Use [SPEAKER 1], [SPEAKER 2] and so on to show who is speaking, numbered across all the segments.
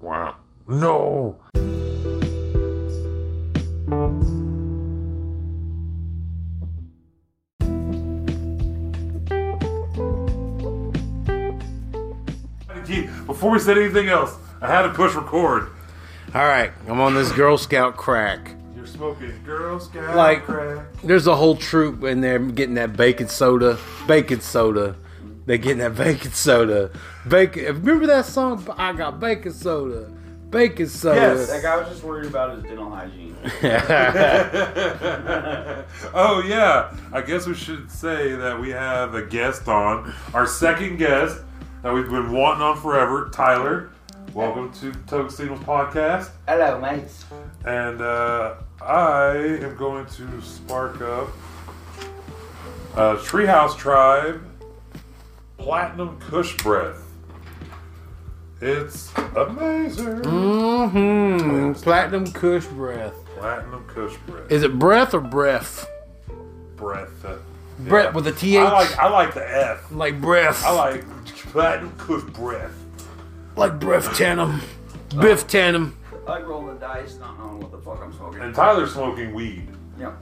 [SPEAKER 1] Wow. No. Before we said anything else, I had to push record.
[SPEAKER 2] All right, I'm on this Girl Scout crack.
[SPEAKER 1] You're smoking Girl Scout
[SPEAKER 2] Like-
[SPEAKER 1] crack.
[SPEAKER 2] There's a whole troop in there getting that baking soda, baking soda. They getting that baking soda, bacon. Remember that song? I got baking soda, baking soda.
[SPEAKER 3] That guy was just worried about his dental hygiene.
[SPEAKER 1] oh yeah, I guess we should say that we have a guest on. Our second guest that we've been wanting on forever, Tyler. Welcome to Toke Signals Podcast.
[SPEAKER 3] Hello, mates.
[SPEAKER 1] And uh, I am going to spark up uh, Treehouse Tribe Platinum Kush Breath. It's amazing.
[SPEAKER 2] Mm. hmm Platinum Kush breath.
[SPEAKER 1] Platinum Kush Breath.
[SPEAKER 2] Is it breath or breath?
[SPEAKER 1] breath. uh, yeah.
[SPEAKER 2] Breath with a th.
[SPEAKER 1] I like I like the F.
[SPEAKER 2] like breath.
[SPEAKER 1] I like platinum kush breath.
[SPEAKER 2] like breath tanum.
[SPEAKER 1] Uh.
[SPEAKER 2] Biff tanum.
[SPEAKER 3] I roll the dice, not knowing what the fuck I'm smoking.
[SPEAKER 1] And Tyler's smoking weed.
[SPEAKER 3] yeah.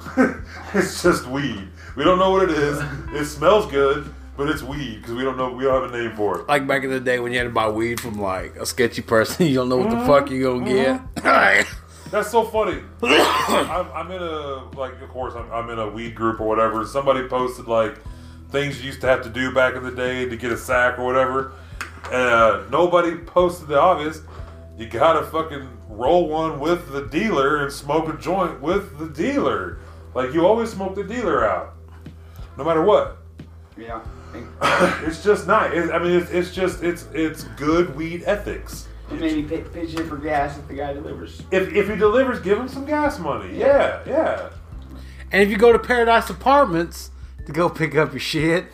[SPEAKER 1] it's just weed. We don't know what it is. It smells good, but it's weed because we don't know. We don't have a name for it.
[SPEAKER 2] Like back in the day when you had to buy weed from like a sketchy person, you don't know what the fuck you gonna get.
[SPEAKER 1] Mm-hmm.
[SPEAKER 2] All right.
[SPEAKER 1] That's so funny. I'm, I'm in a like, of course, I'm, I'm in a weed group or whatever. Somebody posted like things you used to have to do back in the day to get a sack or whatever. Uh, nobody posted the obvious. You gotta fucking roll one with the dealer and smoke a joint with the dealer. Like you always smoke the dealer out, no matter what.
[SPEAKER 3] Yeah. And
[SPEAKER 1] It's just not. It, I mean, it's, it's just it's it's good weed ethics.
[SPEAKER 3] and maybe pay, pitch in for gas if the guy delivers.
[SPEAKER 1] If if he delivers, give him some gas money. Yeah, yeah.
[SPEAKER 2] And if you go to Paradise Apartments to go pick up your shit,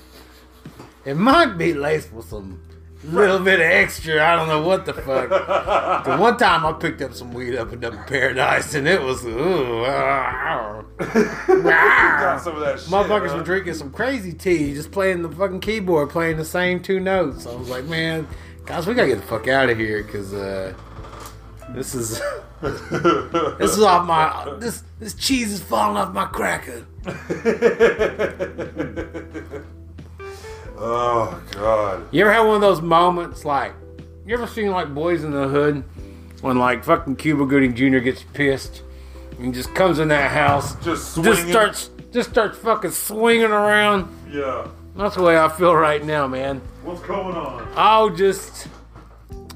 [SPEAKER 2] it might be laced with some little bit of extra. I don't know what the fuck. 'Cause one time I picked up some weed up in up in Paradise and it was ooh, ah,
[SPEAKER 1] Got
[SPEAKER 2] ah.
[SPEAKER 1] some of that shit.
[SPEAKER 2] Motherfuckers
[SPEAKER 1] huh?
[SPEAKER 2] were drinking some crazy tea, just playing the fucking keyboard, playing the same two notes. I was like, man, guys, we gotta get the fuck out of here because uh, this is this is off my this this cheese is falling off my cracker.
[SPEAKER 1] oh god.
[SPEAKER 2] You ever had one of those moments like you ever seen like Boys in the Hood when like fucking Cuba Gooding Jr. gets pissed and just comes in that house,
[SPEAKER 1] Just swinging.
[SPEAKER 2] just starts just starts fucking swinging around.
[SPEAKER 1] Yeah.
[SPEAKER 2] That's the way I feel right now, man.
[SPEAKER 1] What's going on?
[SPEAKER 2] I'll just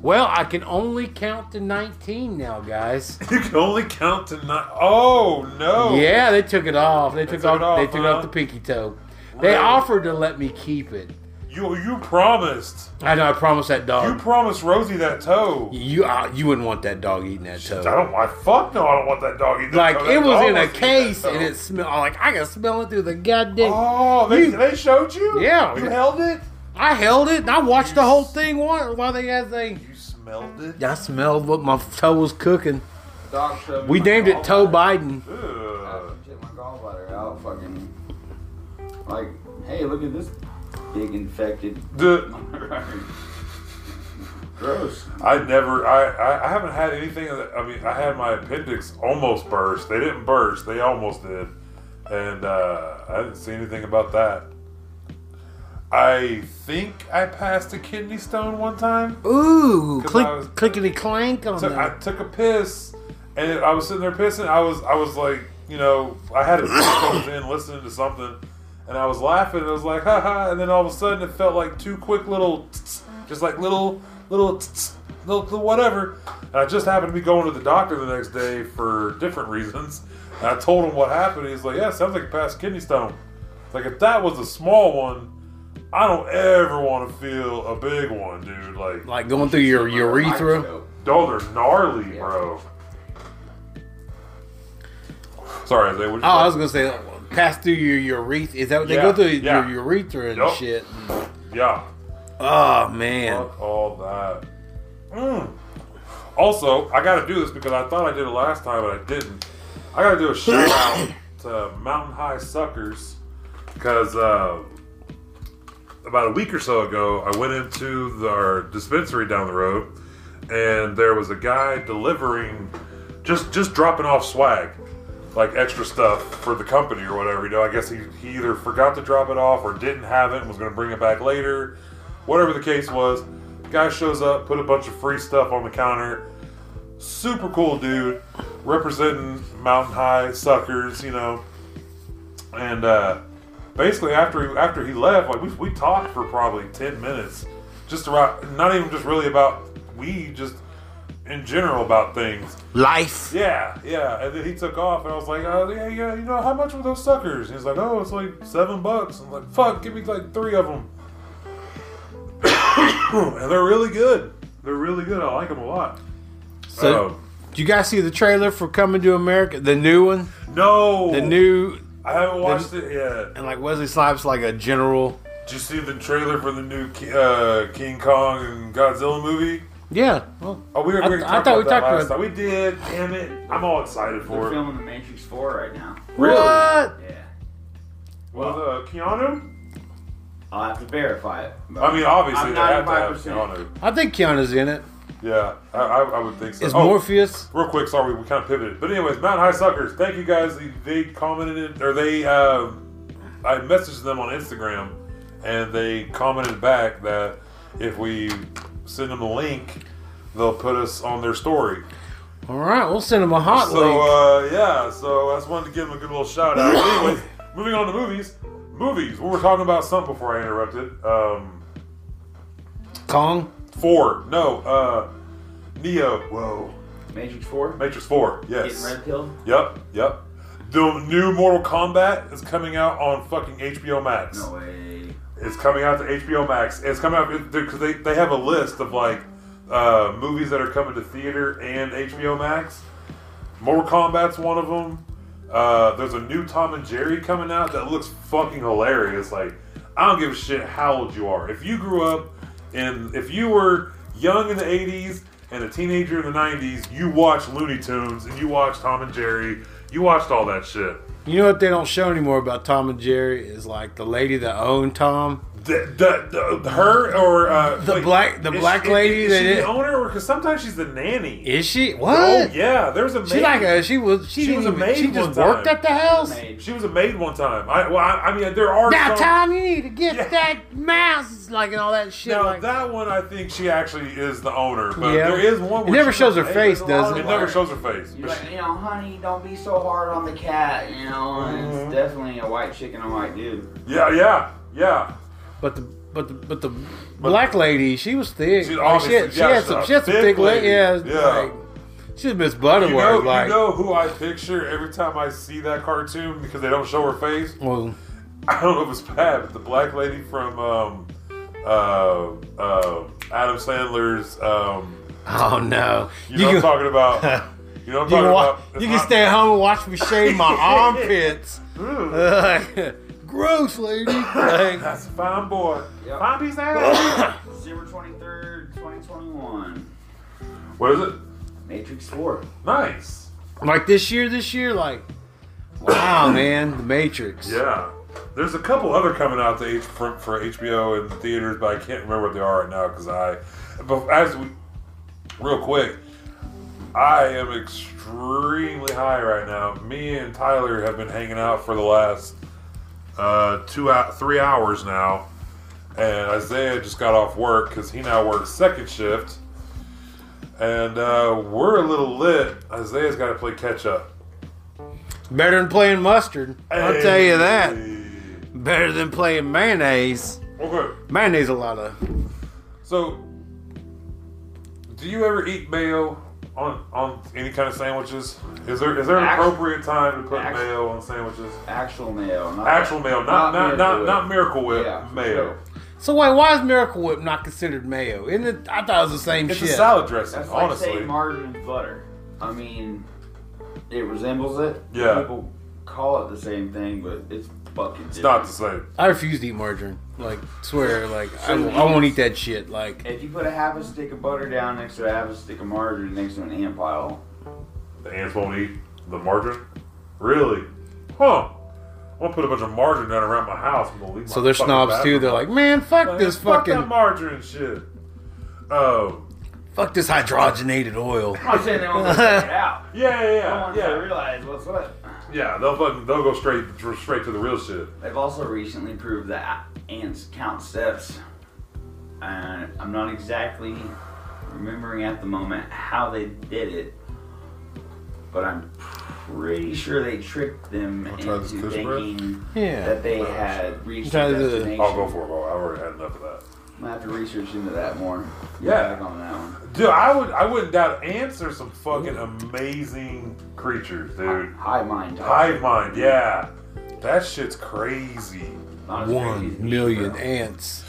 [SPEAKER 2] well, I can only count to 19 now, guys.
[SPEAKER 1] You can only count to nine. Oh no.
[SPEAKER 2] Yeah, they took it off. They took,
[SPEAKER 1] took it
[SPEAKER 2] off, They
[SPEAKER 1] off,
[SPEAKER 2] took
[SPEAKER 1] huh?
[SPEAKER 2] off the pinky toe. They
[SPEAKER 1] Really?
[SPEAKER 2] offered to let me keep it.
[SPEAKER 1] You you promised.
[SPEAKER 2] I know. I promised that
[SPEAKER 1] You
[SPEAKER 2] dog.
[SPEAKER 1] promised Rosie that toe.
[SPEAKER 2] You you, uh, you wouldn't want that dog eating that toe.
[SPEAKER 1] I don't. I fuck no. I don't want that dog. eating that
[SPEAKER 2] Like
[SPEAKER 1] toe.
[SPEAKER 2] it
[SPEAKER 1] That
[SPEAKER 2] was
[SPEAKER 1] dog
[SPEAKER 2] in a
[SPEAKER 1] wants to eat
[SPEAKER 2] case
[SPEAKER 1] that toe.
[SPEAKER 2] and it smelled oh, like I can smell it through the goddamn.
[SPEAKER 1] Oh, they,
[SPEAKER 2] You-
[SPEAKER 1] they showed you.
[SPEAKER 2] Yeah.
[SPEAKER 1] You held it.
[SPEAKER 2] I held it and I watched the whole thing while while they had they.
[SPEAKER 1] You smelled it.
[SPEAKER 2] I smelled what my toe was cooking.
[SPEAKER 3] Dog shoved
[SPEAKER 2] We
[SPEAKER 3] my
[SPEAKER 2] named it Toe
[SPEAKER 3] gallbladder.
[SPEAKER 2] Biden.
[SPEAKER 1] Ugh.
[SPEAKER 3] I shit my gallbladder out, fucking. Like, hey, look at this big infected.
[SPEAKER 1] The-
[SPEAKER 3] Gross.
[SPEAKER 1] I never, I, I, I haven't had anything. That, I mean, I had my appendix almost burst. They didn't burst. They almost did, and uh, I didn't see anything about that. I think I passed a kidney stone one time.
[SPEAKER 2] Ooh,
[SPEAKER 1] 'Cause
[SPEAKER 2] click,
[SPEAKER 1] I was-
[SPEAKER 2] clickety clank on
[SPEAKER 1] So
[SPEAKER 2] that.
[SPEAKER 1] I took a piss, and I was sitting there pissing. I was, I was like, you know, I had a headphones in listening to something, and I was laughing. And I was like, ha ha. And then all of a sudden, it felt like two quick little, tss, just like little, little, tss, little, little whatever. And I just happened to be going to the doctor the next day for different reasons. And I told him what happened. He's like, yeah, sounds like a past kidney stone. It's like if that was a small one. I don't ever want to feel a big one, dude. Like,
[SPEAKER 2] like going through your urethra.
[SPEAKER 1] Oh, they're gnarly, bro. Sorry, Isaiah. What
[SPEAKER 2] Oh, I was gonna say pass through your urethra. Is that what they
[SPEAKER 1] Yeah,
[SPEAKER 2] go through
[SPEAKER 1] yeah.
[SPEAKER 2] your urethra and
[SPEAKER 1] Yup.
[SPEAKER 2] shit?
[SPEAKER 1] yeah.
[SPEAKER 2] Oh man,
[SPEAKER 1] Fuck all that. Mm. Also, I got to do this because I thought I did it last time, but I didn't. I got to do a shout out to Mountain High Suckers because uh, about a week or so ago, I went into the, our dispensary down the road and there was a guy delivering, just just dropping off swag, like extra stuff for the company or whatever. You know, I guess he, he either forgot to drop it off or didn't have it and was going to bring it back later, whatever the case was. Guy shows up, put a bunch of free stuff on the counter. Super cool dude, representing Mountain High suckers, you know. And uh, basically, after he, after he left, like we, we talked for probably ten minutes, just about not even just really about weed, just in general about things.
[SPEAKER 2] Life.
[SPEAKER 1] Yeah, yeah. And then he took off, and I was like, oh, yeah, yeah, you know, how much were those suckers? He's like, oh, it's like seven bucks. I'm like, fuck, give me like three of them. and they're really good. They're really good. I like them a lot.
[SPEAKER 2] So,
[SPEAKER 1] Um,
[SPEAKER 2] did you guys see the trailer for Coming to America? The new one?
[SPEAKER 1] No,
[SPEAKER 2] The new.
[SPEAKER 1] I haven't watched it yet.
[SPEAKER 2] And like Wesley Snipes, like a general.
[SPEAKER 1] Did you see the trailer for the new Ki- uh, King Kong and Godzilla movie?
[SPEAKER 2] Yeah. Well,
[SPEAKER 1] Oh, we were.
[SPEAKER 2] I-
[SPEAKER 1] we
[SPEAKER 2] I
[SPEAKER 1] talked
[SPEAKER 2] thought
[SPEAKER 1] about
[SPEAKER 2] we
[SPEAKER 1] that
[SPEAKER 2] talked
[SPEAKER 1] last
[SPEAKER 2] about-
[SPEAKER 1] time. We did. Damn it! I'm all excited
[SPEAKER 3] We're
[SPEAKER 1] for it.
[SPEAKER 3] filming The Matrix 4 right now.
[SPEAKER 2] What?
[SPEAKER 3] Yeah.
[SPEAKER 1] Was uh, Keanu?
[SPEAKER 3] I'll have to verify it. but-
[SPEAKER 1] I mean, obviously
[SPEAKER 3] I'm
[SPEAKER 1] they have to have
[SPEAKER 3] 95%.
[SPEAKER 1] Keanu.
[SPEAKER 2] I think Keanu's in it.
[SPEAKER 1] Yeah, I, I, I would think so.
[SPEAKER 2] Is
[SPEAKER 1] Oh,
[SPEAKER 2] Morpheus.
[SPEAKER 1] real quick, sorry, we kind of pivoted. But anyways, Mountain High Suckers, thank you guys. They, they commented, or they, um, I messaged them on Instagram, and they commented back that if we send them a link, they'll put us on their story.
[SPEAKER 2] All right, we'll send him a hot
[SPEAKER 1] So
[SPEAKER 2] link.
[SPEAKER 1] uh, yeah, so I just wanted to give him a good little shout out. But anyways, moving on to movies. Movies. We were talking about something before I interrupted. Um, uh,
[SPEAKER 2] Kong.
[SPEAKER 1] four. No. Uh, Neo. Whoa.
[SPEAKER 3] Matrix 4?
[SPEAKER 1] Matrix Four.
[SPEAKER 3] Getting
[SPEAKER 1] Yes.
[SPEAKER 3] red pill?
[SPEAKER 1] Yep, yep. The new Mortal Kombat is coming out on fucking HBO Max.
[SPEAKER 3] No way.
[SPEAKER 1] It's coming out to HBO Max. It's coming out because they, they have a list of like uh, movies that are coming to theater and HBO Max. Mortal Kombat's one of them. Uh, there's a new Tom and Jerry coming out that looks fucking hilarious. Like, I don't give a shit how old you are. If you grew up and if you were young in the 80s and a teenager in the 90s, you watched Looney Tunes and you watched Tom and Jerry. You watched all that shit.
[SPEAKER 2] You know what they don't show anymore about Tom and Jerry is like the lady that owned Tom.
[SPEAKER 1] The, the, the, her or uh,
[SPEAKER 2] The black- the
[SPEAKER 1] is
[SPEAKER 2] black
[SPEAKER 1] she- is-
[SPEAKER 2] lady
[SPEAKER 1] Is,
[SPEAKER 2] that
[SPEAKER 1] she
[SPEAKER 2] it-
[SPEAKER 1] the owner, or because sometimes she's the nanny.
[SPEAKER 2] Is she? What?
[SPEAKER 1] Oh yeah, there was a maid.
[SPEAKER 2] She like a she was she,
[SPEAKER 1] She
[SPEAKER 2] didn't
[SPEAKER 1] was a
[SPEAKER 2] even-
[SPEAKER 1] maid
[SPEAKER 2] she just
[SPEAKER 1] one
[SPEAKER 2] worked
[SPEAKER 1] time.
[SPEAKER 2] at the house.
[SPEAKER 3] Made.
[SPEAKER 1] she was a maid one time. I well, I, I mean, there are
[SPEAKER 2] Now,
[SPEAKER 1] some,
[SPEAKER 2] Tom, you need to get
[SPEAKER 1] Yeah.
[SPEAKER 2] that mouse, like and all that shit.
[SPEAKER 1] Now
[SPEAKER 2] like,
[SPEAKER 1] that one, I think she actually is the owner, but
[SPEAKER 2] Yeah.
[SPEAKER 1] there is one.
[SPEAKER 2] It
[SPEAKER 1] Where
[SPEAKER 2] never
[SPEAKER 1] she's
[SPEAKER 2] shows
[SPEAKER 1] the
[SPEAKER 2] her
[SPEAKER 1] maid.
[SPEAKER 2] face,
[SPEAKER 1] There's a lot
[SPEAKER 2] does
[SPEAKER 1] of-
[SPEAKER 2] it?
[SPEAKER 1] It never shows her face.
[SPEAKER 3] You're
[SPEAKER 1] But
[SPEAKER 3] like,
[SPEAKER 1] she-
[SPEAKER 3] you know, honey, don't be so hard on the cat, you know. And
[SPEAKER 1] Mhm.
[SPEAKER 3] it's definitely a white chicken and a white dude.
[SPEAKER 1] yeah, yeah, yeah.
[SPEAKER 2] but the but the but the black lady, she was thick.
[SPEAKER 1] She's
[SPEAKER 2] Like, she, had,
[SPEAKER 1] obviously-
[SPEAKER 2] she
[SPEAKER 1] yeah,
[SPEAKER 2] had
[SPEAKER 1] she's
[SPEAKER 2] some
[SPEAKER 1] a
[SPEAKER 2] she had some
[SPEAKER 1] thick
[SPEAKER 2] thick, leg.
[SPEAKER 1] lady.
[SPEAKER 2] Yeah,
[SPEAKER 1] Yeah.
[SPEAKER 2] like, she was Miss Butterworth.
[SPEAKER 1] You know,
[SPEAKER 2] like,
[SPEAKER 1] you know who I picture every time I see that cartoon because they don't show her face.
[SPEAKER 2] well,
[SPEAKER 1] I don't know if it's bad, but the black lady from um, uh, uh, Adam Sandler's. Um,
[SPEAKER 2] oh no,
[SPEAKER 1] you, know
[SPEAKER 2] can,
[SPEAKER 1] what I'm talking about. You know what I'm
[SPEAKER 2] you
[SPEAKER 1] talking
[SPEAKER 2] can, wa-
[SPEAKER 1] about.
[SPEAKER 2] you can stay at home and watch me shave my armpits.
[SPEAKER 1] stay.
[SPEAKER 2] Like, Gross, lady. Like,
[SPEAKER 1] Mm, That's a fine boy.
[SPEAKER 3] Yep.
[SPEAKER 1] Fine piece of ass.
[SPEAKER 3] December 23rd, 2021.
[SPEAKER 1] what is it?
[SPEAKER 3] Matrix 4.
[SPEAKER 1] Nice.
[SPEAKER 2] like this year, this year, like, wow, man, The Matrix.
[SPEAKER 1] Yeah. There's a couple other coming out to H- for, for HBO and the theaters, but I can't remember what they are right now because I. But as we, real quick, I am extremely high right now. Me and Tyler have been hanging out for the last uh, two out three hours now, and Isaiah just got off work because he now works second shift, and uh, we're a little lit. Isaiah's got to play catch up.
[SPEAKER 2] Better than playing mustard. I'll tell you that.
[SPEAKER 1] Hey.
[SPEAKER 2] Better than playing mayonnaise.
[SPEAKER 1] Okay.
[SPEAKER 2] Mayonnaise a lot of.
[SPEAKER 1] So, do you ever eat mayo on on any kind of sandwiches? Is there is there an
[SPEAKER 3] Actu-
[SPEAKER 1] appropriate time to put
[SPEAKER 3] actu-
[SPEAKER 1] mayo on sandwiches?
[SPEAKER 3] Actual mayo. Not
[SPEAKER 1] Actual mayo, not not
[SPEAKER 3] Not
[SPEAKER 1] not,
[SPEAKER 3] Miracle
[SPEAKER 1] not Miracle Whip
[SPEAKER 3] Yeah, for
[SPEAKER 1] mayo.
[SPEAKER 3] sure.
[SPEAKER 2] So wait, why is Miracle Whip not considered mayo? Isn't it? I thought it was the same
[SPEAKER 1] It's
[SPEAKER 2] shit.
[SPEAKER 1] a salad dressing,
[SPEAKER 3] That's like
[SPEAKER 1] honestly.
[SPEAKER 3] saying margarine butter. I mean, it resembles it.
[SPEAKER 1] Yeah.
[SPEAKER 3] People call it the same thing, but it's fucking
[SPEAKER 1] it's not the same.
[SPEAKER 2] I refuse to eat margarine. Like swear, like I,
[SPEAKER 3] So
[SPEAKER 2] won't- I won't eat that shit. Like
[SPEAKER 3] If you put a half a stick of butter down next to a half a stick of margarine next to an ant pile,
[SPEAKER 1] The ants won't eat the margarine. Really? Huh? I'm gonna put a bunch of margarine down around my house. I'm gonna leave my
[SPEAKER 2] so they're
[SPEAKER 1] fucking
[SPEAKER 2] snobs too.
[SPEAKER 1] bathroom.
[SPEAKER 2] They're like, man, fuck
[SPEAKER 1] Like,
[SPEAKER 2] this
[SPEAKER 1] fuck
[SPEAKER 2] fucking
[SPEAKER 1] that margarine shit. Oh,
[SPEAKER 2] Fuck this hydrogenated oil.
[SPEAKER 3] I'm not saying they won't go check it out.
[SPEAKER 1] Yeah,
[SPEAKER 3] I
[SPEAKER 1] yeah, yeah,
[SPEAKER 3] want to
[SPEAKER 1] yeah.
[SPEAKER 3] realize what's what.
[SPEAKER 1] Yeah, they'll fucking they'll go straight straight to the real shit.
[SPEAKER 3] They've also recently proved that ants count steps. And I'm not exactly remembering at the moment how they did it, but I'm pretty sure they tricked them
[SPEAKER 1] Wanna try
[SPEAKER 3] into
[SPEAKER 1] this cushion bread?
[SPEAKER 3] thinking
[SPEAKER 2] Yeah.
[SPEAKER 3] that they
[SPEAKER 1] Oh,
[SPEAKER 3] had reached
[SPEAKER 2] Try
[SPEAKER 3] their
[SPEAKER 2] the-
[SPEAKER 3] destination.
[SPEAKER 1] I'll go for it. bro. I've already had enough of that.
[SPEAKER 3] I'm gonna have to research into that more. Get
[SPEAKER 1] Yeah.
[SPEAKER 3] back on that one.
[SPEAKER 1] Dude, I would I wouldn't doubt ants are some fucking amazing creatures, dude.
[SPEAKER 3] High mind. Todd.
[SPEAKER 1] Hive mind, yeah. That shit's crazy.
[SPEAKER 3] Not as crazy as
[SPEAKER 2] One
[SPEAKER 3] me,
[SPEAKER 2] million
[SPEAKER 3] bro.
[SPEAKER 2] ants.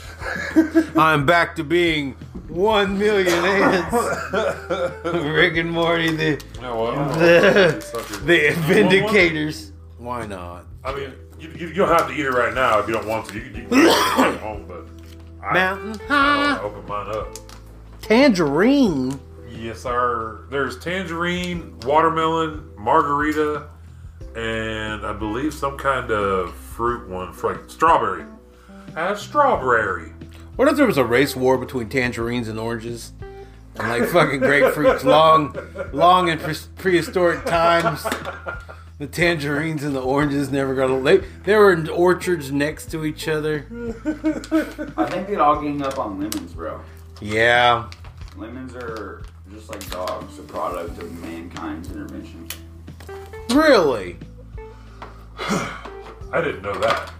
[SPEAKER 2] I'm back to being one million ants. Rick and Morty, the
[SPEAKER 1] Yeah, well,
[SPEAKER 2] The-
[SPEAKER 1] Suckers.
[SPEAKER 2] the
[SPEAKER 1] You want one?
[SPEAKER 2] Vindicators. Why not?
[SPEAKER 1] I mean, you, you, you don't have to eat it right now if you don't want to. You can, you can eat it at home, but I,
[SPEAKER 2] Mountain
[SPEAKER 1] I
[SPEAKER 2] High
[SPEAKER 1] don't open mine up.
[SPEAKER 2] Tangerine.
[SPEAKER 1] Yes, sir. There's tangerine, watermelon, margarita, and I believe some kind of fruit one, for like strawberry. Have strawberry.
[SPEAKER 2] What if there was a race war between tangerines and oranges? And like fucking grapefruits, long, long in pre- prehistoric times, the tangerines and the oranges never got. a- They they were in orchards next to each other.
[SPEAKER 3] I think they'd all gang up on lemons, bro.
[SPEAKER 2] Yeah,
[SPEAKER 3] Lemons are just like dogs, a product of mankind's intervention.
[SPEAKER 2] really.
[SPEAKER 1] I didn't know that.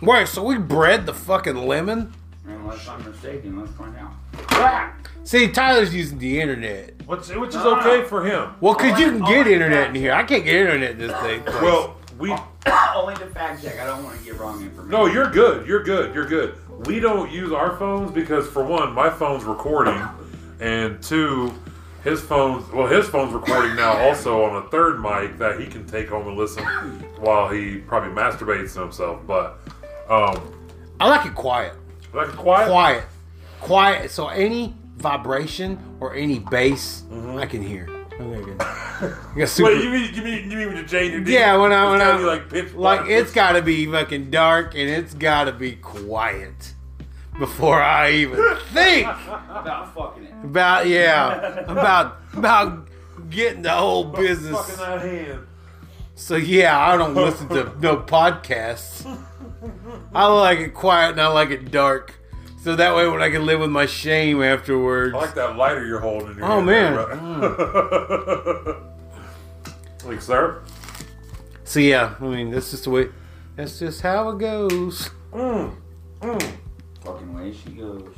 [SPEAKER 2] Wait, so we bred the fucking lemon?
[SPEAKER 3] Unless I'm mistaken, let's find out.
[SPEAKER 2] See, Tyler's using the internet.
[SPEAKER 1] Which, which is
[SPEAKER 3] No, no,
[SPEAKER 1] okay
[SPEAKER 3] no.
[SPEAKER 1] for him.
[SPEAKER 2] Well, cause you can
[SPEAKER 3] Oh,
[SPEAKER 2] get
[SPEAKER 3] my
[SPEAKER 2] internet in
[SPEAKER 3] God.
[SPEAKER 2] here. I can't get internet in this thing.
[SPEAKER 1] Well, we
[SPEAKER 3] Only to fact check. I don't want to get wrong information.
[SPEAKER 1] no, you're good. You're good. You're good. We don't use our phones because for one, my phone's recording, and two, his phone's well, his phone's recording now also on a third mic that he can take home and listen while he probably masturbates to himself. But um,
[SPEAKER 2] I like it quiet,
[SPEAKER 1] like quiet,
[SPEAKER 2] quiet, quiet. So any vibration or any bass,
[SPEAKER 1] Mm-hmm.
[SPEAKER 2] I can hear. Okay, good. You got super.
[SPEAKER 1] Wait, you mean you mean you mean when you change your
[SPEAKER 2] yeah, when I when I
[SPEAKER 1] like pitch
[SPEAKER 2] like
[SPEAKER 1] black.
[SPEAKER 2] it's got to be fucking dark and it's got to be quiet before I even think
[SPEAKER 3] about fucking it.
[SPEAKER 2] about yeah about about getting the whole business.
[SPEAKER 1] fucking that hand.
[SPEAKER 2] So yeah, I don't listen to no podcasts. I like it quiet and I like it dark. So that way when I can live with my shame afterwards.
[SPEAKER 1] I like that lighter you're holding in your
[SPEAKER 2] Oh,
[SPEAKER 1] hand there,
[SPEAKER 2] man.
[SPEAKER 1] bro. like sir.
[SPEAKER 2] so yeah, I mean that's just the way that's just how it goes.
[SPEAKER 1] Mm, mm.
[SPEAKER 3] Fucking way she goes.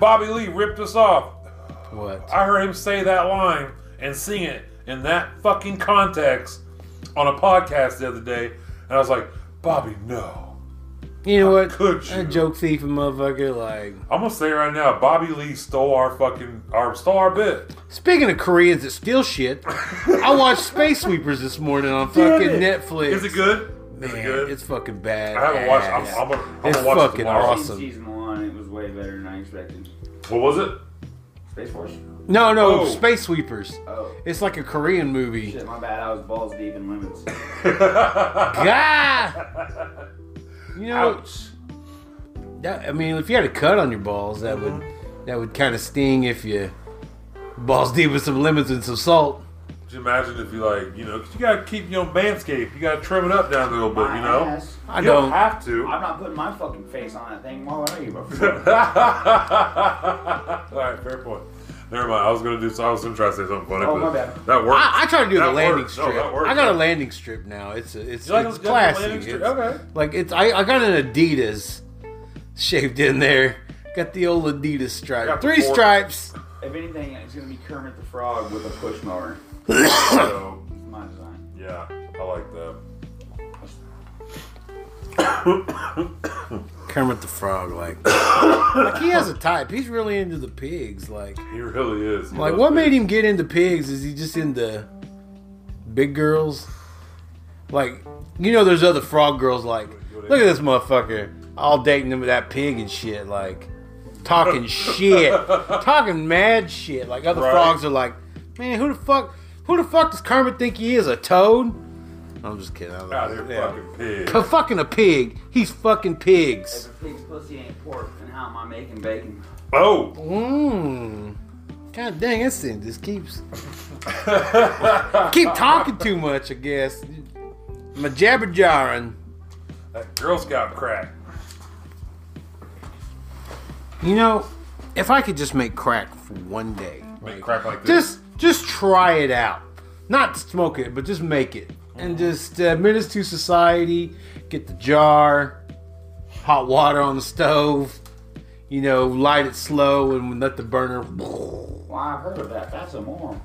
[SPEAKER 1] Bobby Lee ripped us off.
[SPEAKER 2] What?
[SPEAKER 1] I heard him say that line and sing it in that fucking context on a podcast the other day, and I was like, Bobby, no.
[SPEAKER 2] You know what?
[SPEAKER 1] could you?
[SPEAKER 2] That joke thief and motherfucker like
[SPEAKER 1] I'm gonna say it right now, Bobby Lee stole our fucking our stole our bit.
[SPEAKER 2] Speaking of Koreans that steal shit, I watched Space Sweepers this morning on fucking
[SPEAKER 1] Damn it.
[SPEAKER 2] Netflix.
[SPEAKER 1] Is it good?
[SPEAKER 2] Man,
[SPEAKER 1] Is it good?
[SPEAKER 2] it's fucking bad.
[SPEAKER 1] I haven't watched. I'm, I'm gonna, I'm
[SPEAKER 2] It's
[SPEAKER 1] gonna watch
[SPEAKER 2] fucking
[SPEAKER 1] it tomorrow.
[SPEAKER 2] awesome.
[SPEAKER 3] In season one, it was way better than I expected.
[SPEAKER 1] What was it?
[SPEAKER 3] Space Force.
[SPEAKER 2] no, no,
[SPEAKER 1] Oh.
[SPEAKER 2] Space Sweepers.
[SPEAKER 3] Oh
[SPEAKER 2] It's like a Korean movie.
[SPEAKER 3] shit, my bad. I was balls deep in lemons.
[SPEAKER 2] God. You know,
[SPEAKER 1] Ouch.
[SPEAKER 2] that, I mean, if you had a cut on your balls, that
[SPEAKER 1] Mm-hmm.
[SPEAKER 2] would that would kind of sting if you balls deep with some lemons and some salt.
[SPEAKER 1] Just imagine if you like, you know, 'cause you gotta keep your manscape. You gotta trim it up down a little bit,
[SPEAKER 3] My
[SPEAKER 1] you know.
[SPEAKER 3] ass.
[SPEAKER 2] I
[SPEAKER 1] you don't,
[SPEAKER 2] don't.
[SPEAKER 1] have to.
[SPEAKER 3] I'm not putting my fucking face on that thing. Why would I give a fuck?
[SPEAKER 1] All right, fair point. Never mind. I was gonna do. I was gonna try to say something funny.
[SPEAKER 3] Oh,
[SPEAKER 1] but
[SPEAKER 3] my bad.
[SPEAKER 1] That worked.
[SPEAKER 2] I, I try to do
[SPEAKER 1] That
[SPEAKER 2] the landing
[SPEAKER 1] works. No,
[SPEAKER 2] strip.
[SPEAKER 1] that works.
[SPEAKER 2] I got a landing strip now. It's a, it's,
[SPEAKER 1] You like
[SPEAKER 2] it's
[SPEAKER 1] a- you like a
[SPEAKER 2] classy.
[SPEAKER 1] landing strip?
[SPEAKER 2] It's-
[SPEAKER 1] Okay.
[SPEAKER 2] Like it's I, I got an Adidas shaved in there. Got the old Adidas
[SPEAKER 1] Got
[SPEAKER 2] stripe.
[SPEAKER 1] the
[SPEAKER 2] Three
[SPEAKER 1] four.
[SPEAKER 2] stripes.
[SPEAKER 3] If anything, it's gonna be Kermit the Frog with a push mower.
[SPEAKER 1] So,
[SPEAKER 3] It's my design.
[SPEAKER 1] yeah, I like that.
[SPEAKER 2] Kermit the Frog, like, like he has a type. He's really into the pigs. Like,
[SPEAKER 1] He really is. He
[SPEAKER 2] Like,
[SPEAKER 1] loves
[SPEAKER 2] what
[SPEAKER 1] it.
[SPEAKER 2] made him get into pigs? Is he just into big girls? Like, you know, there's other frog girls. Like, look at this motherfucker, all dating him with that pig and shit. Like, talking shit, talking mad shit. Like, other
[SPEAKER 1] Right.
[SPEAKER 2] frogs are like, man, who the fuck, who the fuck does Kermit think he is? A toad? I'm just kidding. I'm
[SPEAKER 1] out here
[SPEAKER 2] yeah.
[SPEAKER 1] fucking pig?
[SPEAKER 2] But fucking a pig. He's fucking pigs.
[SPEAKER 3] If a pig's pussy ain't pork, then how am I making bacon?
[SPEAKER 1] Oh,
[SPEAKER 2] Mmm. God dang, this thing just keeps keep talking too much. I guess I'm a jabber jarring.
[SPEAKER 1] That Girl Scout crack.
[SPEAKER 2] You know, if I could just make crack for one day,
[SPEAKER 1] Make crack like this.
[SPEAKER 2] just just try it out. Not smoke it, but just make it, and just uh, admit it to society. Get the jar, hot water on the stove. You know, light it slow and let the burner.
[SPEAKER 3] Well, I've heard of that. That's a moral.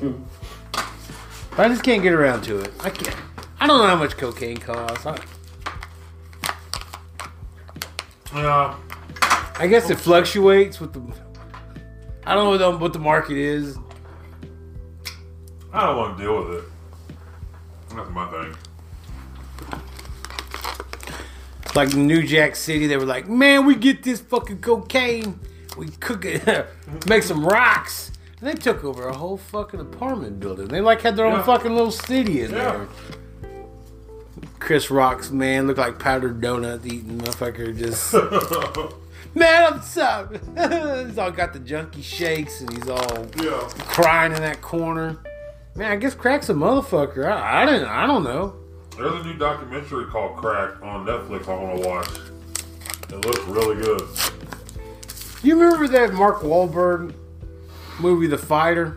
[SPEAKER 2] But I just can't get around to it. I can't. I don't know how much cocaine costs. I,
[SPEAKER 1] yeah.
[SPEAKER 2] I guess it fluctuates with the. I don't know what the- what the market is.
[SPEAKER 1] I don't want to deal with it. That's my thing.
[SPEAKER 2] Like New Jack City, they were like, "Man, we get this fucking cocaine, we cook it, make some rocks." And they took over a whole fucking apartment building. They like had their
[SPEAKER 1] Yeah.
[SPEAKER 2] own fucking little city in
[SPEAKER 1] Yeah.
[SPEAKER 2] there. Chris Rock's man looked like powdered donut eating motherfucker. Just man, I'm sorry. he's all got the junkie shakes and he's all
[SPEAKER 1] yeah.
[SPEAKER 2] crying in that corner. Man, I guess crack's a motherfucker. I, I didn't. I don't know.
[SPEAKER 1] There's a new documentary called Crack on Netflix I want to watch. It looks really good.
[SPEAKER 2] You remember that Mark Wahlberg movie, The Fighter,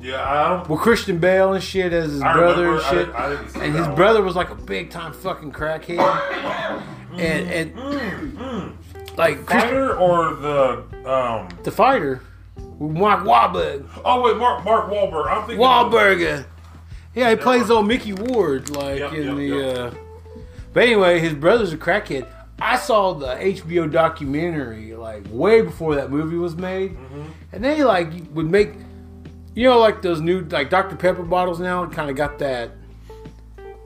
[SPEAKER 1] Yeah, I don't.
[SPEAKER 2] with Christian Bale and shit as his
[SPEAKER 1] I
[SPEAKER 2] brother
[SPEAKER 1] remember,
[SPEAKER 2] and shit,
[SPEAKER 1] I, I didn't see
[SPEAKER 2] and
[SPEAKER 1] that
[SPEAKER 2] his
[SPEAKER 1] one.
[SPEAKER 2] brother was like a big time fucking crackhead, and and like Chris,
[SPEAKER 1] Fighter or the um.
[SPEAKER 2] The Fighter with Mark Wahlberg,
[SPEAKER 1] Oh wait, Mark Mark Wahlberg. I'm thinking.
[SPEAKER 2] Wahlberger. Yeah, he plays old Mickey Ward, like
[SPEAKER 1] Yep,
[SPEAKER 2] in
[SPEAKER 1] yep,
[SPEAKER 2] the.
[SPEAKER 1] yep.
[SPEAKER 2] Uh, but anyway, his brother's a crackhead. I saw the HBO documentary like way before that movie was made, and they like would make, you know, like those new like Dr Pepper bottles now kind of got that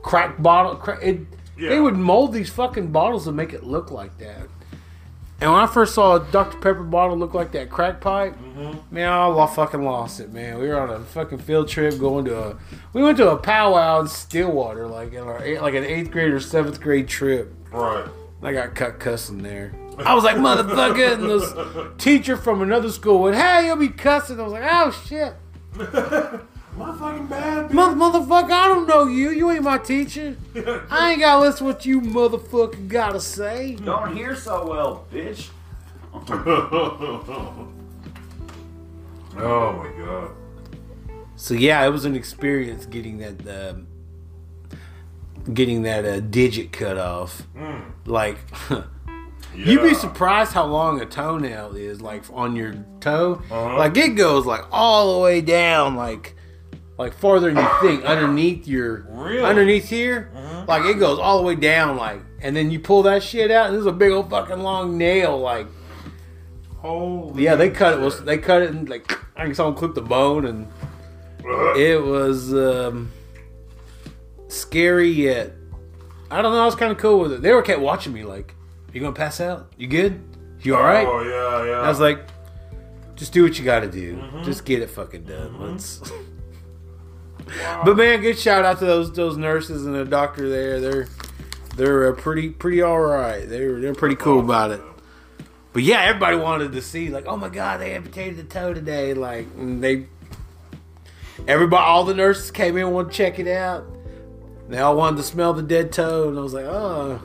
[SPEAKER 2] crack bottle. Crack, it, They
[SPEAKER 1] Yeah.
[SPEAKER 2] would mold these fucking bottles and make it look like that. And when I first saw a Dr Pepper bottle look like that crack pipe, man, I lo- fucking lost it, man. We were on a fucking field trip going to a, we went to a powwow in Stillwater, like in our eight- like an eighth grade or seventh grade trip.
[SPEAKER 1] Right.
[SPEAKER 2] I got cut cussing there. I was like, motherfucker, and this teacher from another school went, hey, you'll be cussing. I was like, oh shit,
[SPEAKER 1] Motherfucking bad.
[SPEAKER 2] Mother, motherfucker, I don't know you. You ain't my teacher. I ain't gotta listen to what you motherfucker gotta say.
[SPEAKER 3] Don't hear so well, bitch.
[SPEAKER 1] oh my god.
[SPEAKER 2] So yeah, it was an experience getting that um getting that uh, digit cut off. Like
[SPEAKER 1] Yeah.
[SPEAKER 2] you'd be surprised how long a toenail is, like on your toe.
[SPEAKER 1] Uh-huh.
[SPEAKER 2] Like it goes like all the way down, like like farther than you think, underneath your
[SPEAKER 1] Really? Uh-huh.
[SPEAKER 2] underneath here. Like it goes all the way down, like and then you pull that shit out, and there's a big old fucking long nail, like.
[SPEAKER 1] Holy.
[SPEAKER 2] Yeah, they cut it. Was
[SPEAKER 1] shit.
[SPEAKER 2] they cut it and like I think someone clipped the bone and
[SPEAKER 1] Ugh.
[SPEAKER 2] it was um, scary yet. I don't know. I was kind of cool with it. They were kept watching me like, "You gonna pass out? You good? You all right?"
[SPEAKER 1] Oh yeah, yeah.
[SPEAKER 2] I was like, "Just do what you got to do. Just get it fucking done." Let's. But man, good shout out to those those nurses and the doctor there. They're they're uh, pretty pretty all right. They're they're pretty cool about it. But yeah, everybody wanted to see like, oh my god, they amputated the toe today. Like and they, everybody, all the nurses came in, wanted to check it out. They all wanted to smell the dead toe, and I was like, oh.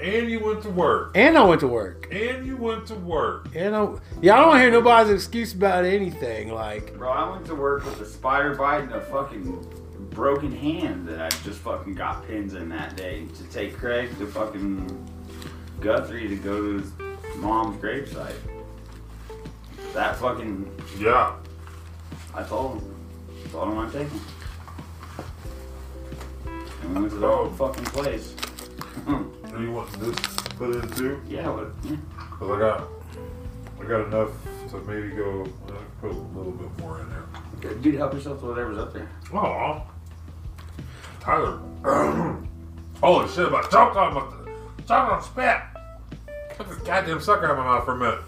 [SPEAKER 1] and you went to work.
[SPEAKER 2] And I went to work.
[SPEAKER 1] And you went to work.
[SPEAKER 2] And I, yeah, I don't wanna hear nobody's excuse about anything. Like,
[SPEAKER 3] Bro, I went to work with a spider bite and a fucking broken hand that I just fucking got pins in that day to take Craig to fucking Guthrie to go to his mom's gravesite. That fucking,
[SPEAKER 1] Yeah.
[SPEAKER 3] I told him, told him I'm taking. And we went to the
[SPEAKER 1] Oh.
[SPEAKER 3] whole fucking place.
[SPEAKER 1] And you want this put in too?
[SPEAKER 3] yeah, but, yeah.
[SPEAKER 1] Cause I got, I got enough to maybe go uh, put a little bit more in there.
[SPEAKER 3] dude, help yourself to whatever's up there.
[SPEAKER 1] Aw. Tyler. Holy shit, my choked on my choked on spit. Put this goddamn sucker out of my mouth for a minute.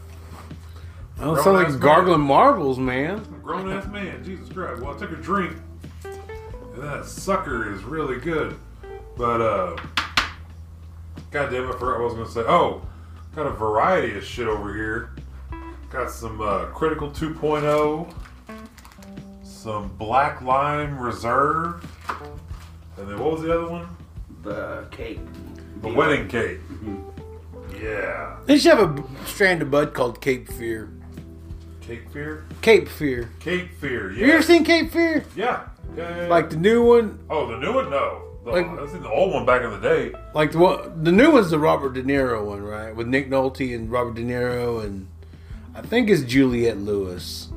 [SPEAKER 2] I don't sound
[SPEAKER 1] Grown-ass
[SPEAKER 2] like gargling marbles, man.
[SPEAKER 1] I'm a grown ass man, Jesus Christ. Well I took a drink. And that sucker is really good. But uh God damn it, I forgot what I was gonna say. Oh, got a variety of shit over here. Got some uh, Critical 2.0, some Black Lime Reserve, and then what was the other one?
[SPEAKER 3] The cake.
[SPEAKER 1] The Wedding Cake. Mm-hmm. Yeah.
[SPEAKER 2] They should have a b- strand of bud called Cape Fear.
[SPEAKER 1] Cake Fear?
[SPEAKER 2] Cape Fear.
[SPEAKER 1] Cape Fear, yeah.
[SPEAKER 2] You ever seen Cape Fear?
[SPEAKER 1] yeah. Yeah, yeah, yeah.
[SPEAKER 2] Like the new one,
[SPEAKER 1] oh, the new one? No. The,
[SPEAKER 2] Like-
[SPEAKER 1] I've seen the old one back in the day.
[SPEAKER 2] like the one, the new one's the Robert De Niro one, right? With Nick Nolte and Robert De Niro and I think it's Juliette Lewis.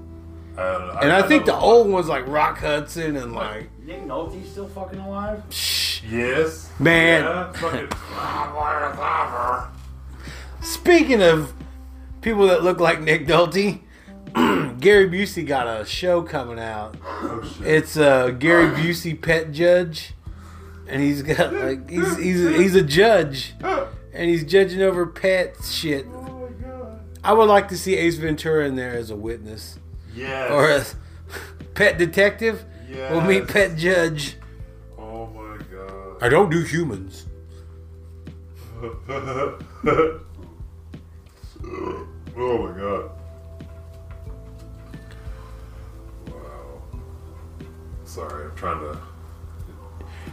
[SPEAKER 1] Uh,
[SPEAKER 2] And I, think
[SPEAKER 1] know-
[SPEAKER 2] the old one's like Rock Hudson and like
[SPEAKER 3] Nick Nolte's still fucking alive?
[SPEAKER 2] shh.
[SPEAKER 1] Yes.
[SPEAKER 2] Man.
[SPEAKER 1] Yeah, fucking.
[SPEAKER 2] Speaking of people that look like Nick Nolte, Gary Busey got a show coming out.
[SPEAKER 1] Oh, shit.
[SPEAKER 2] It's uh, Gary Busey pet judge, and he's got like he's he's he's a judge,
[SPEAKER 1] oh
[SPEAKER 2] and he's judging over pet shit.
[SPEAKER 1] my god.
[SPEAKER 2] I would like to see Ace Ventura in there as a witness
[SPEAKER 1] Yes.
[SPEAKER 2] or a pet detective. We'll meet
[SPEAKER 1] Yes.
[SPEAKER 2] pet judge.
[SPEAKER 1] Oh my god.
[SPEAKER 2] I don't do humans.
[SPEAKER 1] oh my god. Wow. Sorry, I'm trying to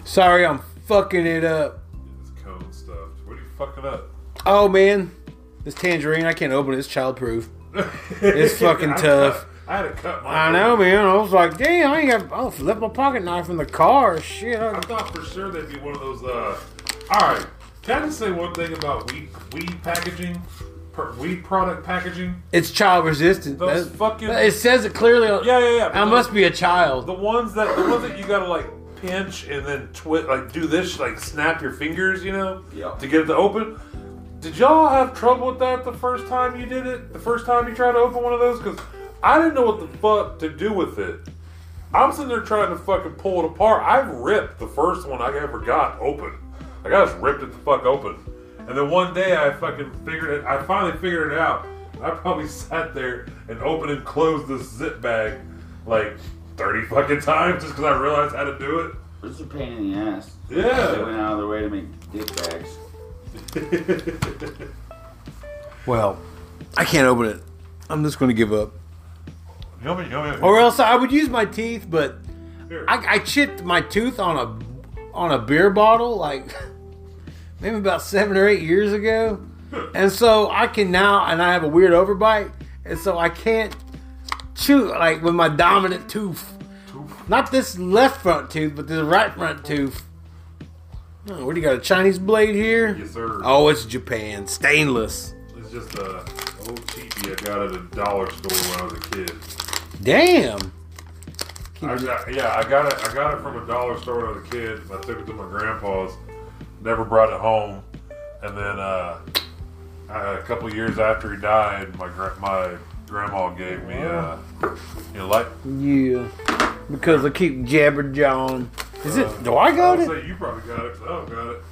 [SPEAKER 2] Sorry, I'm fucking it up.
[SPEAKER 1] get this cone stuffed. What are you fucking up?
[SPEAKER 2] Oh man, this tangerine I can't open it. It's childproof. It's fucking
[SPEAKER 1] I
[SPEAKER 2] tough.
[SPEAKER 1] cut- I had to cut my.
[SPEAKER 2] I know, man. I was like, damn, I ain't got. I was left my pocket knife in the car. Shit.
[SPEAKER 1] I
[SPEAKER 2] I,
[SPEAKER 1] thought for sure they'd be one of those. uh Alright, can I just say one thing about weed, weed packaging? Per, weed product packaging?
[SPEAKER 2] it's child resistant.
[SPEAKER 1] Those
[SPEAKER 2] That-
[SPEAKER 1] fucking-
[SPEAKER 2] It says it clearly. On,
[SPEAKER 1] Yeah, yeah, yeah.
[SPEAKER 2] I must be a child.
[SPEAKER 1] The ones that the ones that you gotta like pinch and then twist, like do this, like snap your fingers, you know,
[SPEAKER 3] Yeah.
[SPEAKER 1] to get it to open. Did y'all have trouble with that the first time you did it? The first time you tried to open one of those? Because I didn't know what the fuck to do with it. I'm sitting there trying to fucking pull it apart. I ripped the first one I ever got open. Like I just ripped it the fuck open. And then one day I fucking figured it. I finally figured it out. I probably sat there and opened and closed this zip bag like 30 fucking times just because I realized how to do it.
[SPEAKER 3] It's a pain in the ass.
[SPEAKER 1] Yeah.
[SPEAKER 3] They went out of their way to make dick bags.
[SPEAKER 2] Well, I can't open it. I'm just going to give up.
[SPEAKER 1] You want me? You want me?
[SPEAKER 2] Or else I would use my teeth, but
[SPEAKER 1] Here.
[SPEAKER 2] I, I chipped my tooth on a on a beer bottle like maybe about seven or eight years ago, and so I can now, and I have a weird overbite, and so I can't chew like with my dominant tooth. Not this left front tooth, but this right front tooth. Oh, what do you got? A Chinese blade here?
[SPEAKER 1] Yes, sir.
[SPEAKER 2] Oh, it's Japan, stainless.
[SPEAKER 1] It's just uh, a old cheapie I got at a dollar store when I was a kid.
[SPEAKER 2] Damn.
[SPEAKER 1] I got, yeah, I got it. I got it from a dollar store when I was a kid. I took it to my grandpa's. Never brought it home. And then uh, uh, a couple years after he died, my gra- my grandma gave me uh, you know, like
[SPEAKER 2] Yeah, because I keep jabber jawing. Is it? Do I
[SPEAKER 1] I
[SPEAKER 2] got
[SPEAKER 1] would
[SPEAKER 2] it?
[SPEAKER 1] say you probably got it 'cause I don't got it.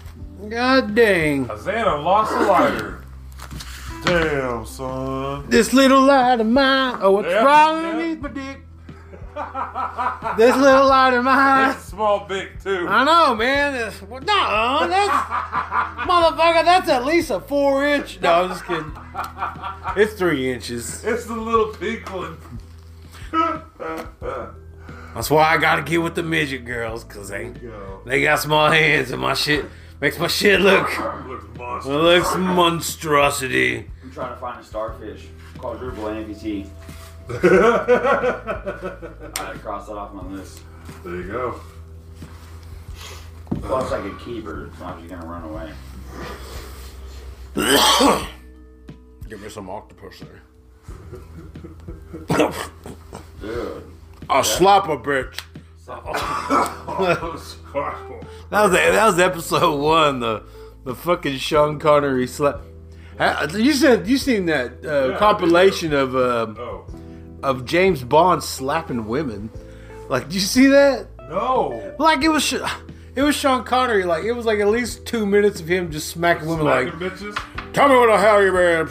[SPEAKER 2] God dang.
[SPEAKER 1] Azana lost a lighter. Damn son.
[SPEAKER 2] This little light of mine. Oh, what's
[SPEAKER 1] Yeah,
[SPEAKER 2] wrong
[SPEAKER 1] yeah.
[SPEAKER 2] underneath my dick? this little light of mine.
[SPEAKER 1] It's small big too.
[SPEAKER 2] I know, man. It's, well, no, that's motherfucker. That's at least a four inch. No, I'm just kidding. It's three inches.
[SPEAKER 1] It's the little pink one.
[SPEAKER 2] That's why I gotta get with the midget girls, cause they
[SPEAKER 1] Yo,
[SPEAKER 2] they got small hands and my shit makes my shit look
[SPEAKER 1] looks monster.
[SPEAKER 2] looks monstrosity.
[SPEAKER 3] I'm trying to find a starfish. Quadruple amputee. I had to cross that off my list.
[SPEAKER 1] There you go.
[SPEAKER 3] Plus, I could keep her as long as you're gonna run away.
[SPEAKER 2] Give me some octopus there.
[SPEAKER 3] Dude.
[SPEAKER 2] I'll slap a bitch.
[SPEAKER 1] Oh, Scarfo.
[SPEAKER 2] That was that was episode one. The the fucking Sean Connery slap. Ha- You said you seen that uh,
[SPEAKER 1] Yeah,
[SPEAKER 2] compilation of uh,
[SPEAKER 1] Oh.
[SPEAKER 2] of James Bond slapping women? Like, did you see that?
[SPEAKER 1] No.
[SPEAKER 2] Like it was Sh- it was Sean Connery. Like it was like at least two minutes of him just smacking women.
[SPEAKER 1] Smacking
[SPEAKER 2] Like,
[SPEAKER 1] bitches.
[SPEAKER 2] tell me what the hell you man.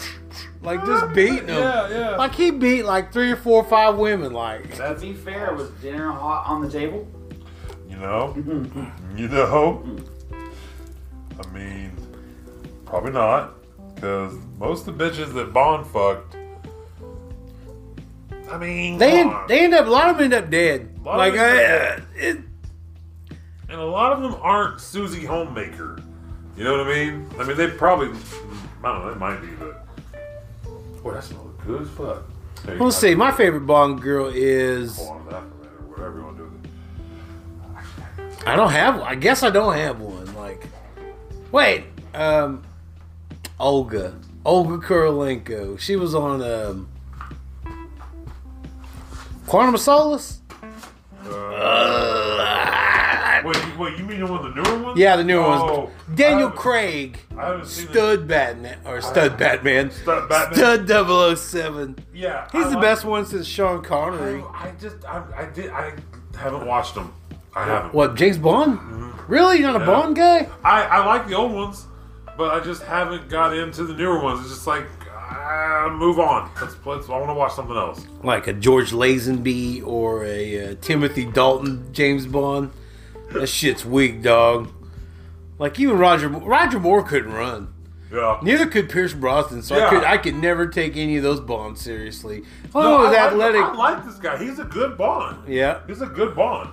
[SPEAKER 2] Like just beating them.
[SPEAKER 1] Yeah, yeah.
[SPEAKER 2] Like he beat like three or four or five women. Like
[SPEAKER 3] To be fair, was dinner hot on the table?
[SPEAKER 1] You know?
[SPEAKER 2] Mm-hmm.
[SPEAKER 1] you know? I mean, probably not. Because most of the bitches that Bond fucked I mean,
[SPEAKER 2] They
[SPEAKER 1] come
[SPEAKER 2] end,
[SPEAKER 1] on.
[SPEAKER 2] they end up a lot of them end up dead.
[SPEAKER 1] lot of
[SPEAKER 2] Like
[SPEAKER 1] them end
[SPEAKER 2] I,
[SPEAKER 1] up
[SPEAKER 2] it,
[SPEAKER 1] and a lot of them aren't Susie Homemaker. You know what I mean? I mean, they probably, I don't know, they might be, but. Boy, that smells good as fuck. Hey,
[SPEAKER 2] let's
[SPEAKER 1] I-
[SPEAKER 2] see. My favorite Bond girl is
[SPEAKER 1] Hold on to that for a minute, or whatever you want to do with it.
[SPEAKER 2] I don't have. I guess I don't have one. Like, wait, um, Olga, Olga Kurilenko. She was on um, Quantum of Solace.
[SPEAKER 1] Uh, Wait, you, wait, you mean the one, the newer one?
[SPEAKER 2] Yeah, the newer
[SPEAKER 1] Oh,
[SPEAKER 2] ones. Daniel
[SPEAKER 1] I haven't-
[SPEAKER 2] Craig,
[SPEAKER 1] I haven't seen the-
[SPEAKER 2] stud Batman or stud Batman,
[SPEAKER 1] Stud Batman.
[SPEAKER 2] stud 007.
[SPEAKER 1] Yeah,
[SPEAKER 2] He's
[SPEAKER 1] I
[SPEAKER 2] the
[SPEAKER 1] like-
[SPEAKER 2] best one since Sean Connery.
[SPEAKER 1] I, I just, I, I did, I haven't watched them. I haven't.
[SPEAKER 2] What James Bond? Really? You're not a
[SPEAKER 1] Mm-hmm. Yeah.
[SPEAKER 2] Bond guy?
[SPEAKER 1] I, I like the old ones, but I just haven't got into the newer ones. It's just like, uh, move on. Let's, let's, I want to watch something else.
[SPEAKER 2] Like a George Lazenby or a uh, Timothy Dalton James Bond? That shit's weak, dog. Like even Roger Roger Moore couldn't run.
[SPEAKER 1] Yeah.
[SPEAKER 2] Neither could Pierce Brosnan. So I
[SPEAKER 1] Yeah.
[SPEAKER 2] could I could never take any of those Bonds seriously. Oh,
[SPEAKER 1] No,
[SPEAKER 2] no,
[SPEAKER 1] I like-
[SPEAKER 2] athletic.
[SPEAKER 1] I like this guy. He's a good Bond.
[SPEAKER 2] yeah.
[SPEAKER 1] He's a good Bond.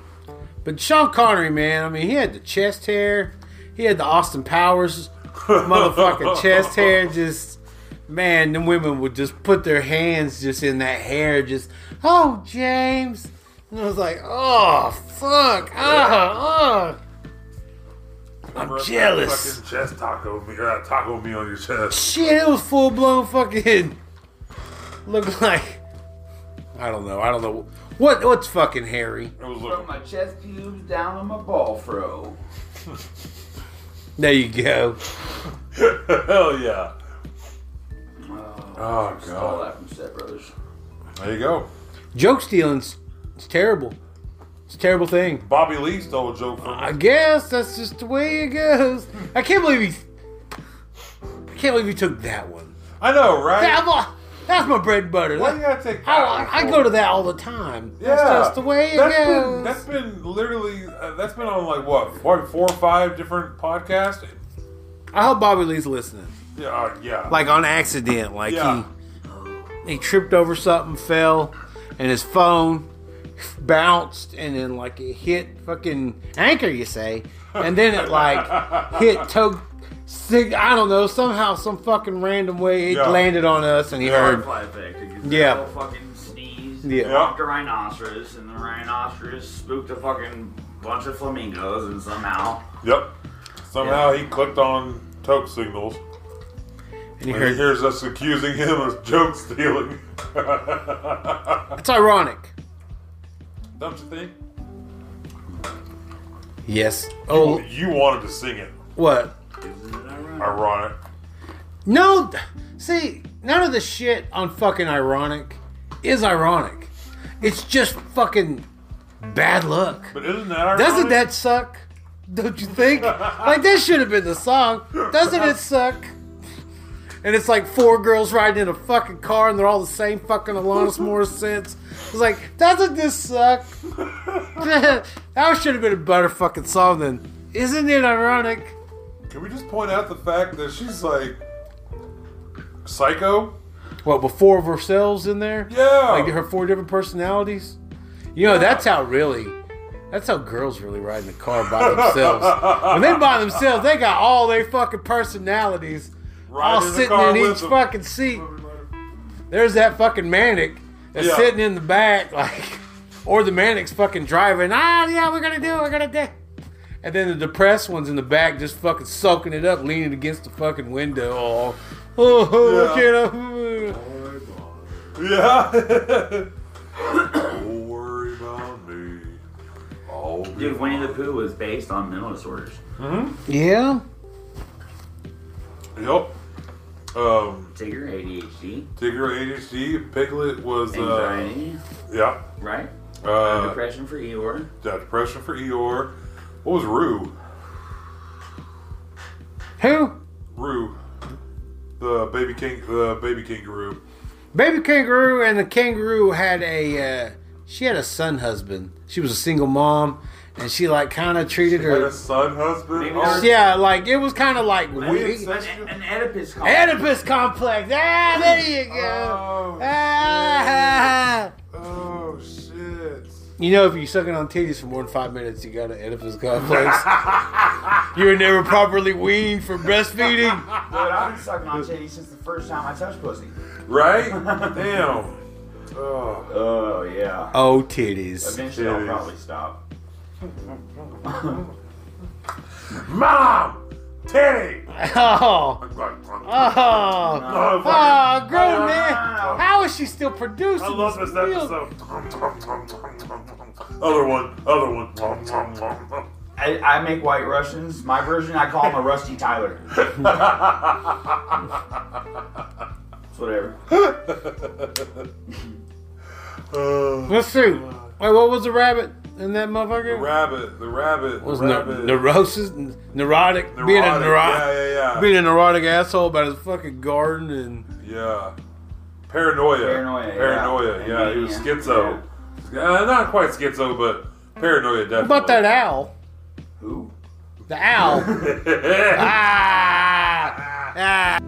[SPEAKER 2] But Sean Connery, man, I mean, he had the chest hair. He had the Austin Powers motherfucking chest hair. Just, man, the women would just put their hands just in that hair. Just, oh, James. And I was like, oh, fuck. Oh, oh. I'm
[SPEAKER 1] Remember that
[SPEAKER 2] jealous.
[SPEAKER 1] Fucking chest taco meal, uh, taco meal on your chest.
[SPEAKER 2] Shit, it was full blown fucking. Look like. I don't know. I don't know. What What's fucking hairy?
[SPEAKER 1] It was
[SPEAKER 3] From
[SPEAKER 1] looking.
[SPEAKER 3] my chest pubes down to my ball fro.
[SPEAKER 2] There you go.
[SPEAKER 1] Hell yeah.
[SPEAKER 3] Oh,
[SPEAKER 1] Oh
[SPEAKER 3] all
[SPEAKER 1] god.
[SPEAKER 3] that from Step Brothers.
[SPEAKER 1] There you go.
[SPEAKER 2] Joke stealing's it's terrible. It's a terrible thing.
[SPEAKER 1] Bobby Lee stole a joke from
[SPEAKER 2] I guess that's just the way it goes. I can't believe he. I can't believe he took that one.
[SPEAKER 1] I know, right?
[SPEAKER 2] That one- that's my bread and butter.
[SPEAKER 1] Why you gotta take that
[SPEAKER 2] I,
[SPEAKER 1] one
[SPEAKER 2] I
[SPEAKER 1] for?
[SPEAKER 2] go to that all the time.
[SPEAKER 1] Yeah.
[SPEAKER 2] That's just the way it
[SPEAKER 1] That's
[SPEAKER 2] goes.
[SPEAKER 1] Been, that's been literally, uh, that's been on like what, four, four or five different podcasts?
[SPEAKER 2] I hope Bobby Lee's listening.
[SPEAKER 1] Yeah, uh, yeah.
[SPEAKER 2] Like on accident. Like
[SPEAKER 1] Yeah.
[SPEAKER 2] he he tripped over something, fell, and his phone bounced and then like it hit fucking anchor you say and then it like hit toe sig- i don't know somehow some fucking random way it
[SPEAKER 1] Yeah.
[SPEAKER 2] landed on us and he heard
[SPEAKER 3] Butterfly effect. It gives
[SPEAKER 2] Yeah.
[SPEAKER 3] that little fucking sneeze.
[SPEAKER 2] Yeah.
[SPEAKER 3] Walked a rhinoceros, and the rhinoceros spooked a fucking bunch of flamingos, and somehow
[SPEAKER 1] Yep. Somehow he clicked on toke signals.
[SPEAKER 2] and he
[SPEAKER 1] And he
[SPEAKER 2] heard
[SPEAKER 1] hears us accusing him of joke stealing.
[SPEAKER 2] it's ironic
[SPEAKER 1] Don't you think?
[SPEAKER 2] yes oh
[SPEAKER 1] You wanted to sing it.
[SPEAKER 2] what
[SPEAKER 3] isn't it ironic?
[SPEAKER 1] Ironic.
[SPEAKER 2] no see none of the shit on fucking ironic is ironic it's just fucking bad luck
[SPEAKER 1] But isn't that ironic?
[SPEAKER 2] Doesn't that suck? Don't you think? like that should have been the song. Doesn't it suck? And it's like four girls riding in a fucking car and they're all the same fucking Alanis Morissette. It's like, doesn't this suck? that should have been a better fucking song then. Isn't it ironic?
[SPEAKER 1] Can we just point out the fact that she's like psycho?
[SPEAKER 2] What, with four of herselves in there?
[SPEAKER 1] Yeah.
[SPEAKER 2] Like her four different personalities? You know, that's how really, that's how girls really ride in the car by themselves. when they by themselves, they got all their fucking personalities
[SPEAKER 1] Riding
[SPEAKER 2] all
[SPEAKER 1] in the
[SPEAKER 2] sitting
[SPEAKER 1] car
[SPEAKER 2] in
[SPEAKER 1] with
[SPEAKER 2] each
[SPEAKER 1] them.
[SPEAKER 2] fucking seat. There's that fucking manic that's
[SPEAKER 1] Yeah.
[SPEAKER 2] sitting in the back, like, or the manic's fucking driving. Ah, yeah, we're gonna do it, we're gonna do it." And then the depressed one's in the back just fucking soaking it up, leaning against the fucking window. All, oh, oh,
[SPEAKER 1] Yeah.
[SPEAKER 2] I can't, oh."
[SPEAKER 1] Yeah. Don't worry about me. I'll be
[SPEAKER 3] Dude, Winnie the Pooh was based on mental disorders.
[SPEAKER 2] Yeah.
[SPEAKER 1] Yep. Um,
[SPEAKER 3] Tigger, ADHD,
[SPEAKER 1] Tigger ADHD. Piglet was uh,
[SPEAKER 3] anxiety,
[SPEAKER 1] yeah.
[SPEAKER 3] right?
[SPEAKER 1] Uh,
[SPEAKER 3] Depression for Eeyore.
[SPEAKER 1] yeah, depression for Eeyore. What was Rue?
[SPEAKER 2] Who?
[SPEAKER 1] Rue, the baby king, the baby kangaroo.
[SPEAKER 2] Baby kangaroo and the kangaroo had a. Uh, she had a son husband. She was a single mom, and she like kind of treated
[SPEAKER 1] Had a
[SPEAKER 2] her.
[SPEAKER 1] son husband.
[SPEAKER 3] Maybe
[SPEAKER 1] Oh,
[SPEAKER 2] Yeah, like it was kind of like we,
[SPEAKER 1] it's-
[SPEAKER 3] An, an Oedipus complex.
[SPEAKER 2] Oedipus complex. Ah, there you
[SPEAKER 1] Oh,
[SPEAKER 2] go. ah,
[SPEAKER 1] Oh shit.
[SPEAKER 2] You know, if you're sucking on titties for more than five minutes, you got an Oedipus complex. you were never properly weaned for breastfeeding.
[SPEAKER 3] Dude, I've been sucking on titty since the first time I touched pussy.
[SPEAKER 1] Right? Damn. Oh.
[SPEAKER 3] Oh yeah.
[SPEAKER 2] Oh, titties.
[SPEAKER 3] Eventually,
[SPEAKER 1] Titties.
[SPEAKER 3] I'll probably stop.
[SPEAKER 1] Mom! Teddy!
[SPEAKER 2] Oh, oh, oh, grown man. How is she still producing?
[SPEAKER 1] I love this
[SPEAKER 2] milk?
[SPEAKER 1] episode. Other one, other one.
[SPEAKER 3] I, I make white Russians. My version, I call him a Rusty Tyler. it's whatever.
[SPEAKER 1] Uh,
[SPEAKER 2] Let's see. Wait, what was the rabbit in that motherfucker?
[SPEAKER 1] rabbit, the rabbit,
[SPEAKER 2] was
[SPEAKER 1] the
[SPEAKER 2] neu-
[SPEAKER 1] rabbit.
[SPEAKER 2] neurosis, n- neurotic, being a
[SPEAKER 1] Neurotic,
[SPEAKER 2] neurotic,
[SPEAKER 1] yeah, yeah, yeah.
[SPEAKER 2] being a neurotic asshole about his fucking garden and
[SPEAKER 1] Yeah. Paranoia.
[SPEAKER 3] Paranoia, yeah.
[SPEAKER 1] Paranoia, yeah. He was
[SPEAKER 3] Mania,
[SPEAKER 1] schizo. Uh, not quite schizo, but paranoia definitely.
[SPEAKER 2] what about that owl?
[SPEAKER 3] Who?
[SPEAKER 2] The owl.
[SPEAKER 1] that?
[SPEAKER 2] ah, ah.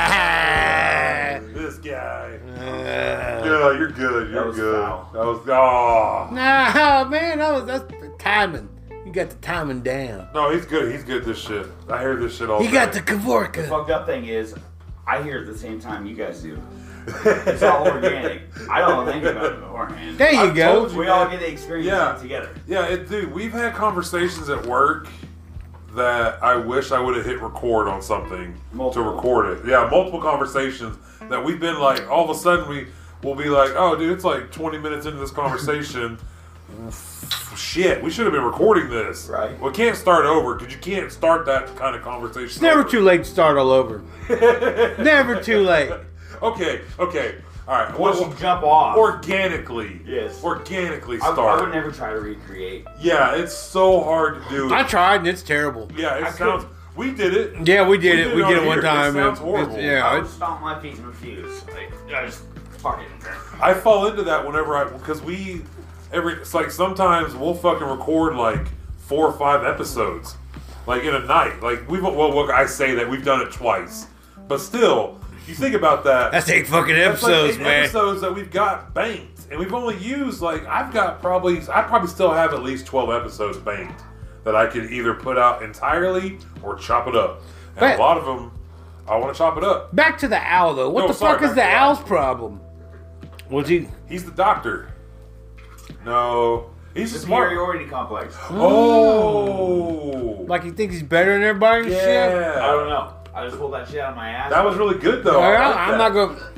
[SPEAKER 2] Ah.
[SPEAKER 1] this guy.
[SPEAKER 2] Ah.
[SPEAKER 1] Yeah, you're good. You're
[SPEAKER 3] was
[SPEAKER 1] good.
[SPEAKER 3] foul.
[SPEAKER 1] That was oh
[SPEAKER 2] Nah, man, that was that's the timing. You got the timing down.
[SPEAKER 1] no, he's good. He's good. at This shit. I hear this shit all.
[SPEAKER 2] You got the
[SPEAKER 1] day.
[SPEAKER 2] Kavorka.
[SPEAKER 3] Fucked up thing is, I hear it the same time you guys do. It's all organic. I don't think about it beforehand.
[SPEAKER 2] There you
[SPEAKER 1] I've
[SPEAKER 2] go.
[SPEAKER 1] told you.
[SPEAKER 3] We all get to experience
[SPEAKER 1] Yeah.
[SPEAKER 3] it together.
[SPEAKER 1] Yeah, it, dude. We've had conversations at work that I wish I would have hit record on something to
[SPEAKER 3] Multiple.
[SPEAKER 1] record it. Yeah, multiple conversations that we've been like. All of a sudden, we will be like, "Oh, dude, it's like 20 minutes into this conversation." Shit, we should have been recording this.
[SPEAKER 3] Right.
[SPEAKER 1] We can't start over because you can't start that kind of conversation.
[SPEAKER 2] It's never
[SPEAKER 1] over.
[SPEAKER 2] too late to start all over. never too late.
[SPEAKER 1] Okay. Okay. All right.
[SPEAKER 3] Once you jump off,
[SPEAKER 1] organically.
[SPEAKER 3] Yes.
[SPEAKER 1] Organically
[SPEAKER 3] I, I would
[SPEAKER 1] start.
[SPEAKER 3] never try to recreate.
[SPEAKER 1] yeah, it's so hard to do.
[SPEAKER 2] I tried and it's terrible.
[SPEAKER 1] yeah, it
[SPEAKER 3] I
[SPEAKER 1] sounds. We did it.
[SPEAKER 2] Yeah, we did
[SPEAKER 1] We did
[SPEAKER 2] it. We
[SPEAKER 1] it
[SPEAKER 2] did
[SPEAKER 1] on
[SPEAKER 2] it one
[SPEAKER 1] here. It
[SPEAKER 2] time.
[SPEAKER 1] sounds
[SPEAKER 2] It's-
[SPEAKER 1] horrible.
[SPEAKER 2] it's-
[SPEAKER 3] I
[SPEAKER 2] yeah,
[SPEAKER 3] would
[SPEAKER 2] it's-
[SPEAKER 3] stomp my feet and refuse. Like, I just fuck it.
[SPEAKER 1] I fall into that whenever I because we every it's like sometimes we'll fucking record like four or five episodes like in a night. Like we've well, look, I say that we've done it twice, but still, you think about that.
[SPEAKER 2] that's eight fucking
[SPEAKER 1] That's like
[SPEAKER 2] episodes,
[SPEAKER 1] eight
[SPEAKER 2] man.
[SPEAKER 1] Episodes that we've got banked, and we've only used like I've got probably I probably still have at least twelve episodes banked that I could either put out entirely or chop it up. And a
[SPEAKER 2] But-
[SPEAKER 1] lot of them, I want to chop it up.
[SPEAKER 2] Back to the owl though. What
[SPEAKER 1] No,
[SPEAKER 2] the
[SPEAKER 1] sorry,
[SPEAKER 2] fuck is
[SPEAKER 1] back
[SPEAKER 2] the
[SPEAKER 1] to the owl.
[SPEAKER 2] owl's problem? Was he?
[SPEAKER 1] He's the doctor. No, he's just smart.
[SPEAKER 3] Superiority complex.
[SPEAKER 1] Oh,
[SPEAKER 2] Like he thinks he's better than everybody and shit?
[SPEAKER 1] yeah.
[SPEAKER 3] I don't know. I just pulled that shit out of my ass.
[SPEAKER 1] That was really good though. I
[SPEAKER 2] Well,
[SPEAKER 1] like
[SPEAKER 2] I'm
[SPEAKER 1] that.
[SPEAKER 2] not gonna.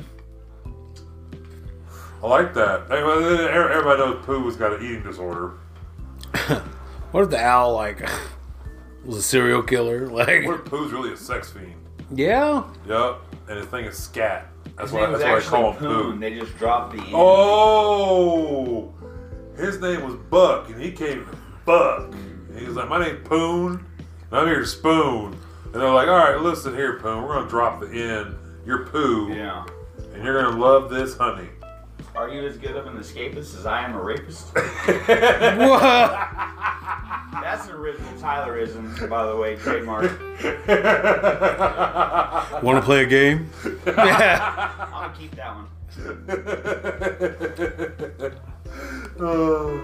[SPEAKER 1] I like that. Everybody, everybody knows Pooh has got an eating disorder.
[SPEAKER 2] What if the owl like was a serial killer? Like,
[SPEAKER 1] What if Pooh's really a sex fiend?
[SPEAKER 2] yeah.
[SPEAKER 1] Yep. And his thing is scat. That's
[SPEAKER 3] His
[SPEAKER 1] why
[SPEAKER 3] name was
[SPEAKER 1] that's why I call
[SPEAKER 3] actually
[SPEAKER 1] him
[SPEAKER 3] Poon.
[SPEAKER 1] Pooh.
[SPEAKER 3] They just dropped the. E.
[SPEAKER 1] Oh, his name was Buck, and he came to Buck. And he was like, "My name's Poon, and I'm here to spoon." And they're like, "All right, listen here, Poon. We're gonna drop the N. You're Pooh,
[SPEAKER 3] Yeah.
[SPEAKER 1] and you're gonna love this honey."
[SPEAKER 3] Are you as good of an escapist as I am a rapist?
[SPEAKER 2] What?
[SPEAKER 3] That's an original Tylerism, by the way, trademark.
[SPEAKER 2] Want to play a game? yeah.
[SPEAKER 3] I'm gonna keep that one.
[SPEAKER 1] Uh,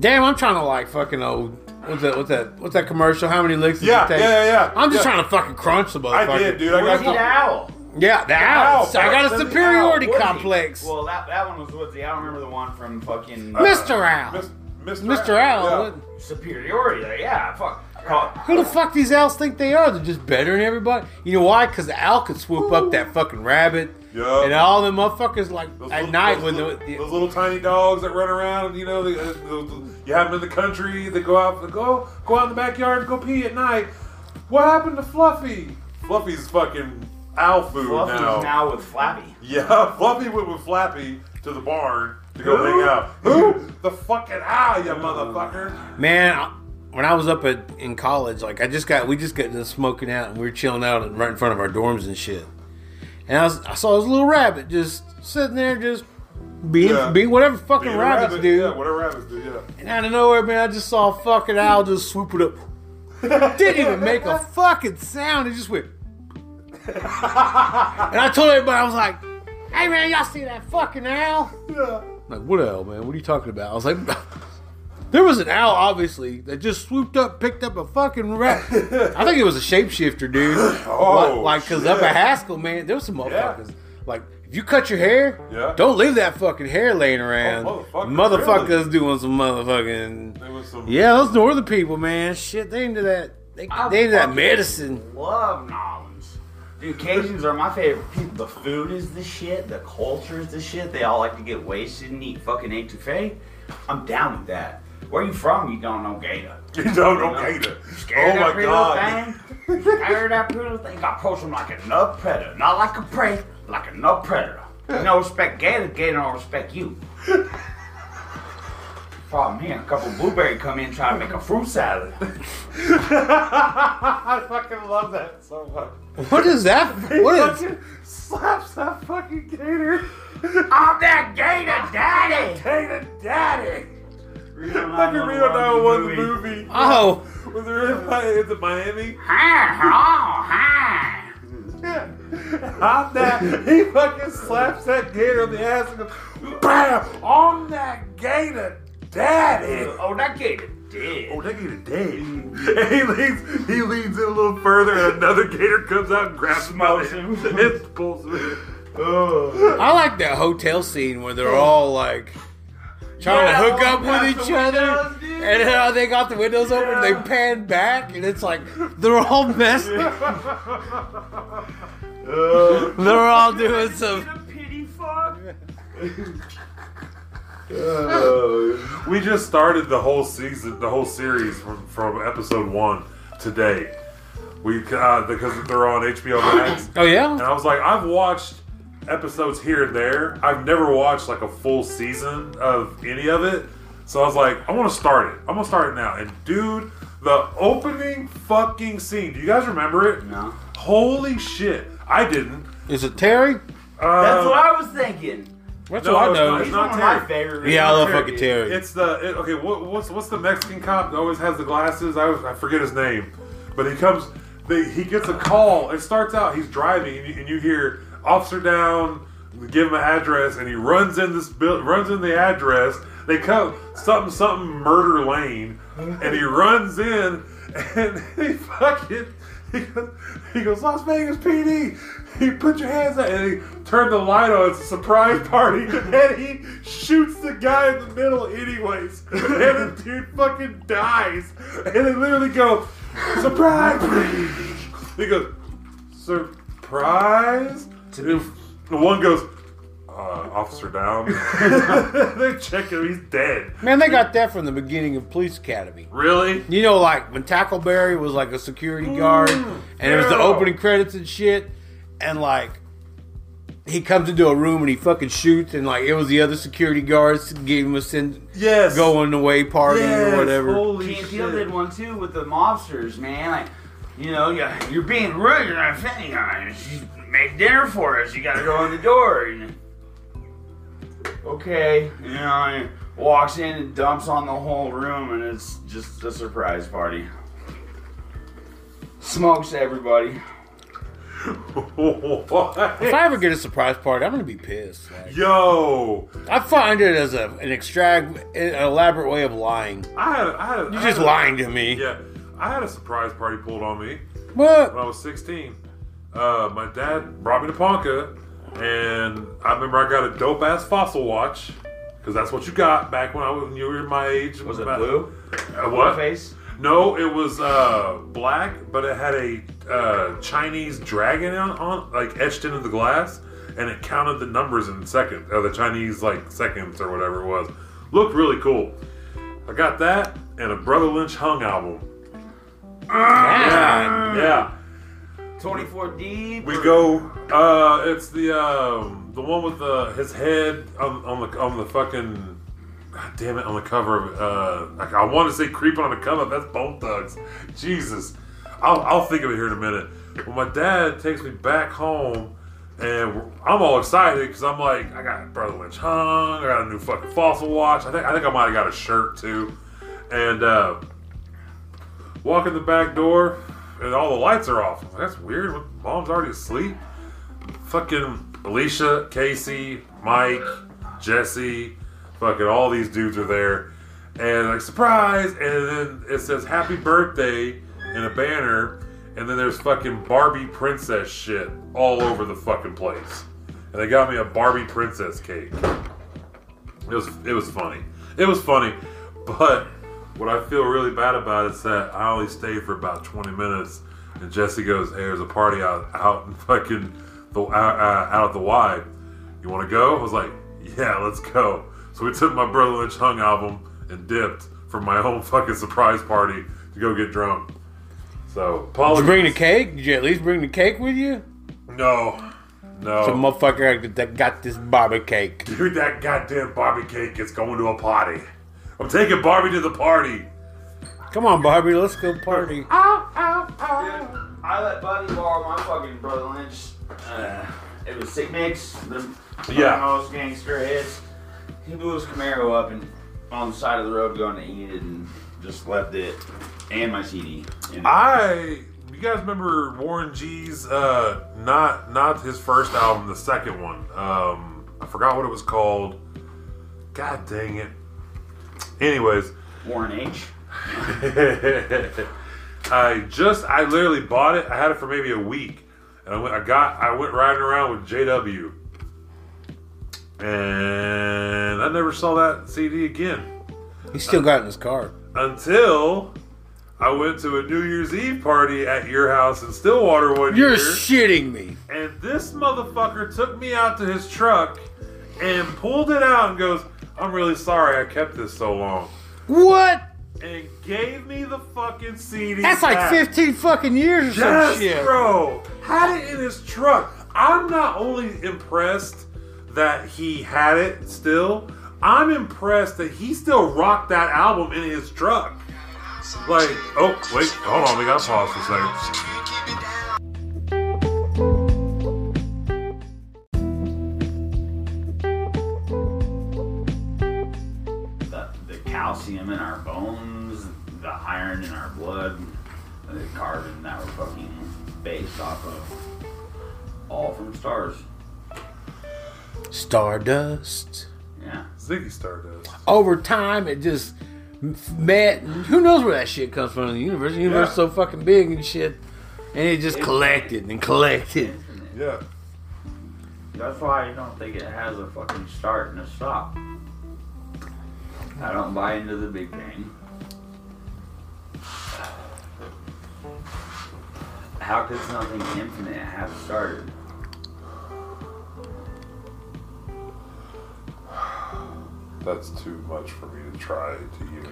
[SPEAKER 2] Damn, I'm trying to like fucking old. What's that? What's that? What's that commercial? How many licks? does
[SPEAKER 1] yeah,
[SPEAKER 2] it
[SPEAKER 1] yeah,
[SPEAKER 2] take?
[SPEAKER 1] yeah, yeah.
[SPEAKER 2] I'm just
[SPEAKER 1] Yeah.
[SPEAKER 2] trying to fucking crunch the motherfucker.
[SPEAKER 1] I did, dude. I
[SPEAKER 3] Where's
[SPEAKER 1] got
[SPEAKER 3] the
[SPEAKER 1] some-
[SPEAKER 3] owl?
[SPEAKER 2] Yeah, the
[SPEAKER 1] owl,
[SPEAKER 2] owl. I got a
[SPEAKER 1] fuck, the
[SPEAKER 2] superiority
[SPEAKER 3] Owl, Woodsy.
[SPEAKER 2] complex.
[SPEAKER 3] Well, that, that one was Woodsy. I don't remember the one from fucking uh,
[SPEAKER 2] Mr. Owl.
[SPEAKER 1] Mis- Mr.
[SPEAKER 2] Mr. Owl.
[SPEAKER 1] uh, yeah.
[SPEAKER 2] what-
[SPEAKER 3] Superiority. There. Yeah, fuck. Call-
[SPEAKER 2] Who the fuck these owls think they are? They're just better than everybody. You know why? Because the owl could swoop up that fucking rabbit.
[SPEAKER 1] Yeah.
[SPEAKER 2] And all the motherfuckers like
[SPEAKER 1] Those
[SPEAKER 2] at
[SPEAKER 1] little-
[SPEAKER 2] night
[SPEAKER 1] those
[SPEAKER 2] when
[SPEAKER 1] little,
[SPEAKER 2] the,
[SPEAKER 1] those little tiny dogs that run around, you know, they, uh, those- you have them in the country. They go out, they go go out in the backyard and go pee at night. What happened to Fluffy? Fluffy's fucking owl food
[SPEAKER 3] Fluffy's
[SPEAKER 1] now.
[SPEAKER 3] now with Flappy.
[SPEAKER 1] Yeah, Fluffy went with Flappy to the barn to go
[SPEAKER 3] Who?
[SPEAKER 1] hang out. Who? the fucking owl, you motherfucker!
[SPEAKER 2] Man, I- when I was up at in college, like I just got we just got done smoking out and we were chilling out in, right in front of our dorms and shit. and I, was, I saw this little rabbit just sitting there, just being
[SPEAKER 1] Yeah.
[SPEAKER 2] being whatever fucking
[SPEAKER 1] Being a
[SPEAKER 2] rabbits
[SPEAKER 1] rabbit,
[SPEAKER 2] do.
[SPEAKER 1] Yeah, whatever rabbits do, yeah.
[SPEAKER 2] And out of nowhere, man, I just saw a fucking owl just swoop it up. Didn't even make a fucking sound. It just went. and I told everybody, I was like, hey, man, y'all see that fucking owl?
[SPEAKER 1] Yeah.
[SPEAKER 2] I'm like, what the hell, man? What are you talking about? I was like, there was an owl, obviously, that just swooped up, picked up a fucking rat. I think it was a shapeshifter, dude.
[SPEAKER 1] Oh,
[SPEAKER 2] like, because up at Haskell, man, there was some motherfuckers. Like, if you cut your hair,
[SPEAKER 1] Yeah.
[SPEAKER 2] don't leave that fucking hair laying around.
[SPEAKER 1] Oh, motherfucker,
[SPEAKER 2] motherfuckers
[SPEAKER 1] really?
[SPEAKER 2] doing some motherfucking.
[SPEAKER 1] There was some.
[SPEAKER 2] Yeah, those northern people, man. Shit, they into that. They,
[SPEAKER 3] I
[SPEAKER 2] they into that
[SPEAKER 3] fucking
[SPEAKER 2] medicine.
[SPEAKER 3] Love Nollins. Dude, Cajuns are my favorite people. The food is the shit. The culture is the shit. They all like to get wasted and eat fucking etouffee. I'm down with that. Where you from? You don't know Gator.
[SPEAKER 1] You don't know Gator.
[SPEAKER 3] Scared
[SPEAKER 1] oh my god.
[SPEAKER 3] that pretty little thing. Scared that pretty little thing. I approach him like a nut predator, not like a prey, like a nut predator. You don't respect Gator, Gator don't respect you. Problem here, a couple blueberry come in trying to make a fruit salad.
[SPEAKER 1] I fucking love that so much.
[SPEAKER 2] What is that? What is?
[SPEAKER 1] Fucking slaps that fucking Gator.
[SPEAKER 3] I'm that Gator Daddy.
[SPEAKER 1] Gator Daddy.
[SPEAKER 3] Reno
[SPEAKER 1] Fucking Reno 911 the movie.
[SPEAKER 2] Oh,
[SPEAKER 1] Was there in Mi- is it Miami?
[SPEAKER 3] Hi, hello, hi.
[SPEAKER 1] Yeah. On that, he fucking slaps that gator on the ass and goes, BAM! On that gator, daddy!
[SPEAKER 3] Oh, that Gator did.
[SPEAKER 1] Oh, that gator dead. And he leans, he leans in a little further and another gator comes out and grabs him out
[SPEAKER 3] Smokes him.
[SPEAKER 1] and pulls him in. Oh.
[SPEAKER 2] I like that hotel scene where they're all like trying
[SPEAKER 1] Yeah,
[SPEAKER 2] to hook
[SPEAKER 1] all
[SPEAKER 2] up
[SPEAKER 1] past
[SPEAKER 2] with each
[SPEAKER 1] the
[SPEAKER 2] other,
[SPEAKER 1] windows, dude.
[SPEAKER 2] and then uh, they got the windows open.
[SPEAKER 1] Yeah.
[SPEAKER 2] They pan back, and it's like they're all messing. They're all doing some.
[SPEAKER 3] pity fuck.
[SPEAKER 1] we just started the whole season, the whole series from, from episode one today. We uh, because they're on HBO Max.
[SPEAKER 2] Oh
[SPEAKER 1] And
[SPEAKER 2] yeah,
[SPEAKER 1] I was like, I've watched episodes here and there. I've never watched like a full season of any of it. So I was like, I want to start it. I'm gonna start it now. And dude, the opening fucking scene. Do you guys remember it?
[SPEAKER 3] No.
[SPEAKER 1] Holy shit! I didn't.
[SPEAKER 2] is it Terry?
[SPEAKER 1] Uh,
[SPEAKER 3] That's what I was thinking.
[SPEAKER 2] That's
[SPEAKER 1] No,
[SPEAKER 2] what I
[SPEAKER 1] it's
[SPEAKER 2] know.
[SPEAKER 1] not-
[SPEAKER 3] He's
[SPEAKER 1] not
[SPEAKER 3] one of my
[SPEAKER 1] Terry.
[SPEAKER 3] favorite.
[SPEAKER 2] Yeah, I love
[SPEAKER 1] Terry.
[SPEAKER 2] fucking Terry.
[SPEAKER 1] It's the it, okay. What, what's what's the Mexican cop that always has the glasses? I, was- I forget his name, but he comes. They, he gets a call. It starts out he's driving, and you, and you hear officer down. Give him an address, and he runs in this buil- runs in the address. They come something something murder lane, and he runs in, and he fucking he goes, he goes Las Vegas PD. He put your hands up, and he turned the light on. It's a surprise party, and he shoots the guy in the middle, anyways. And the dude fucking dies, and they literally go surprise. He goes surprise. And the one goes. Uh, officer down. they check him. He's dead.
[SPEAKER 2] Man, they got that from the beginning of Police Academy.
[SPEAKER 1] Really?
[SPEAKER 2] You know, like when Tackleberry was like a security guard, and it was the
[SPEAKER 1] Mm, yeah.
[SPEAKER 2] opening credits and shit, and like he comes into a room and he fucking shoots, and like it was the other security guards that gave him a send
[SPEAKER 1] Yes.
[SPEAKER 2] going away party
[SPEAKER 1] Yes, oh.
[SPEAKER 2] or whatever.
[SPEAKER 1] Holy
[SPEAKER 3] Key and
[SPEAKER 1] shit.
[SPEAKER 3] Peele did one too with the mobsters, man. Like, you know, you're, you're being rude, you're offending us. You make dinner for us. You gotta go in the door. And, okay, you know, and walks in and dumps on the whole room, and it's just a surprise party. Smokes everybody.
[SPEAKER 1] What?
[SPEAKER 2] If I ever get a surprise party, I'm gonna be pissed. Like,
[SPEAKER 1] Yo,
[SPEAKER 2] I find it as a, an extract, an elaborate way of lying.
[SPEAKER 1] I had, I had, I
[SPEAKER 2] You're
[SPEAKER 1] had
[SPEAKER 2] just
[SPEAKER 1] a-
[SPEAKER 2] lying to me.
[SPEAKER 1] Yeah, I had a surprise party pulled on me
[SPEAKER 2] What?
[SPEAKER 1] when I was 16. Uh, my dad brought me to Ponca, and I remember I got a dope ass fossil watch because that's what you got back when I was when you were my age.
[SPEAKER 3] Was it
[SPEAKER 1] About-
[SPEAKER 3] blue?
[SPEAKER 1] Uh, what?
[SPEAKER 3] Face?
[SPEAKER 1] No, it was uh, black, but it had a uh, Chinese dragon on, on, like etched into the glass, and it counted the numbers in seconds, or the Chinese like seconds or whatever it was. Looked really cool. I got that and a Brother Lynch Hung album.
[SPEAKER 2] Ah. Man.
[SPEAKER 1] Yeah,
[SPEAKER 3] 24D.
[SPEAKER 1] we go. Uh, it's the um, the one with the his head on, on the on the fucking. God damn it! On the cover of uh, I, I want to say creeping on the cover. That's Bone Thugs. Jesus, I'll, I'll think of it here in a minute. When my dad takes me back home And we're- I'm all excited because I'm like, I got Brother Lynch hung. I got a new fucking fossil watch. I think I think I might have got a shirt too. And uh, walk in the back door, and all the lights are off. I'm like, That's weird. What- Mom's already asleep. Fucking Alicia, Casey, Mike, Jesse, fucking all these dudes are there, and like surprise. And then it says Happy Birthday in a banner, and then there's fucking Barbie princess shit all over the fucking place. And they got me a Barbie princess cake. It was it was funny. It was funny, but what I feel really bad about is that I only stayed for about 20 minutes, and Jesse goes, "Hey, there's a party out out in fucking the uh, uh, out of the Y. You want to go?" I was like, "Yeah, let's go." So we took my brother Lynch Hung album and dipped for my own fucking surprise party to go get drunk. So Paul,
[SPEAKER 2] Did you bring the cake? Did you at least bring the cake with you?
[SPEAKER 1] no, no.
[SPEAKER 2] Some motherfucker that got this barber cake.
[SPEAKER 1] Dude, that goddamn Barbie cake is going to a party. I'm taking Barbie to the party.
[SPEAKER 2] Come on, Barbie, let's go party.
[SPEAKER 3] I let Buddy borrow my fucking brother Lynch. Uh, it was Sick Mix, the
[SPEAKER 1] Yeah.
[SPEAKER 3] most gangster hits. He blew his Camaro up and on the side of the road going to eat it and just left it and my CD. And
[SPEAKER 1] I, you guys remember Warren G's, uh, not not his first album, the second one. Um, I forgot what it was called. God dang it. Anyways,
[SPEAKER 3] Warren H.
[SPEAKER 1] I just, I literally bought it. I had it for maybe a week, and I went, I got, I went riding around with JW, and I never saw that CD again.
[SPEAKER 2] He still got in his car.
[SPEAKER 1] until I went to a New Year's Eve party at your house in Stillwater one
[SPEAKER 2] You're
[SPEAKER 1] year,
[SPEAKER 2] shitting me.
[SPEAKER 1] and this motherfucker took me out to his truck and pulled it out and goes, "I'm really sorry I kept this so long,"
[SPEAKER 2] What?
[SPEAKER 1] and gave me the fucking CD.
[SPEAKER 2] That's like
[SPEAKER 1] back.
[SPEAKER 2] 15 fucking years or some
[SPEAKER 1] Yes,
[SPEAKER 2] shit.
[SPEAKER 1] bro. Had it in his truck. I'm not only impressed that he had it still. I'm impressed that he still rocked that album in his truck. Like, oh wait, hold on, we gotta pause for a second.
[SPEAKER 3] The, the calcium in our bones, the iron in our blood, the carbon that we're fucking based off of. All from stars.
[SPEAKER 2] Stardust.
[SPEAKER 3] Yeah.
[SPEAKER 1] Ziggy Stardust.
[SPEAKER 2] Over time, it just met. Who knows where that shit comes from in the universe? The universe is
[SPEAKER 1] Yeah.
[SPEAKER 2] so fucking big and shit. And it just collected and collected.
[SPEAKER 1] Yeah.
[SPEAKER 3] That's why I don't think it has a fucking start and a stop. I don't buy into the Big Bang. How could something infinite have started?
[SPEAKER 1] That's too much for me to try to you.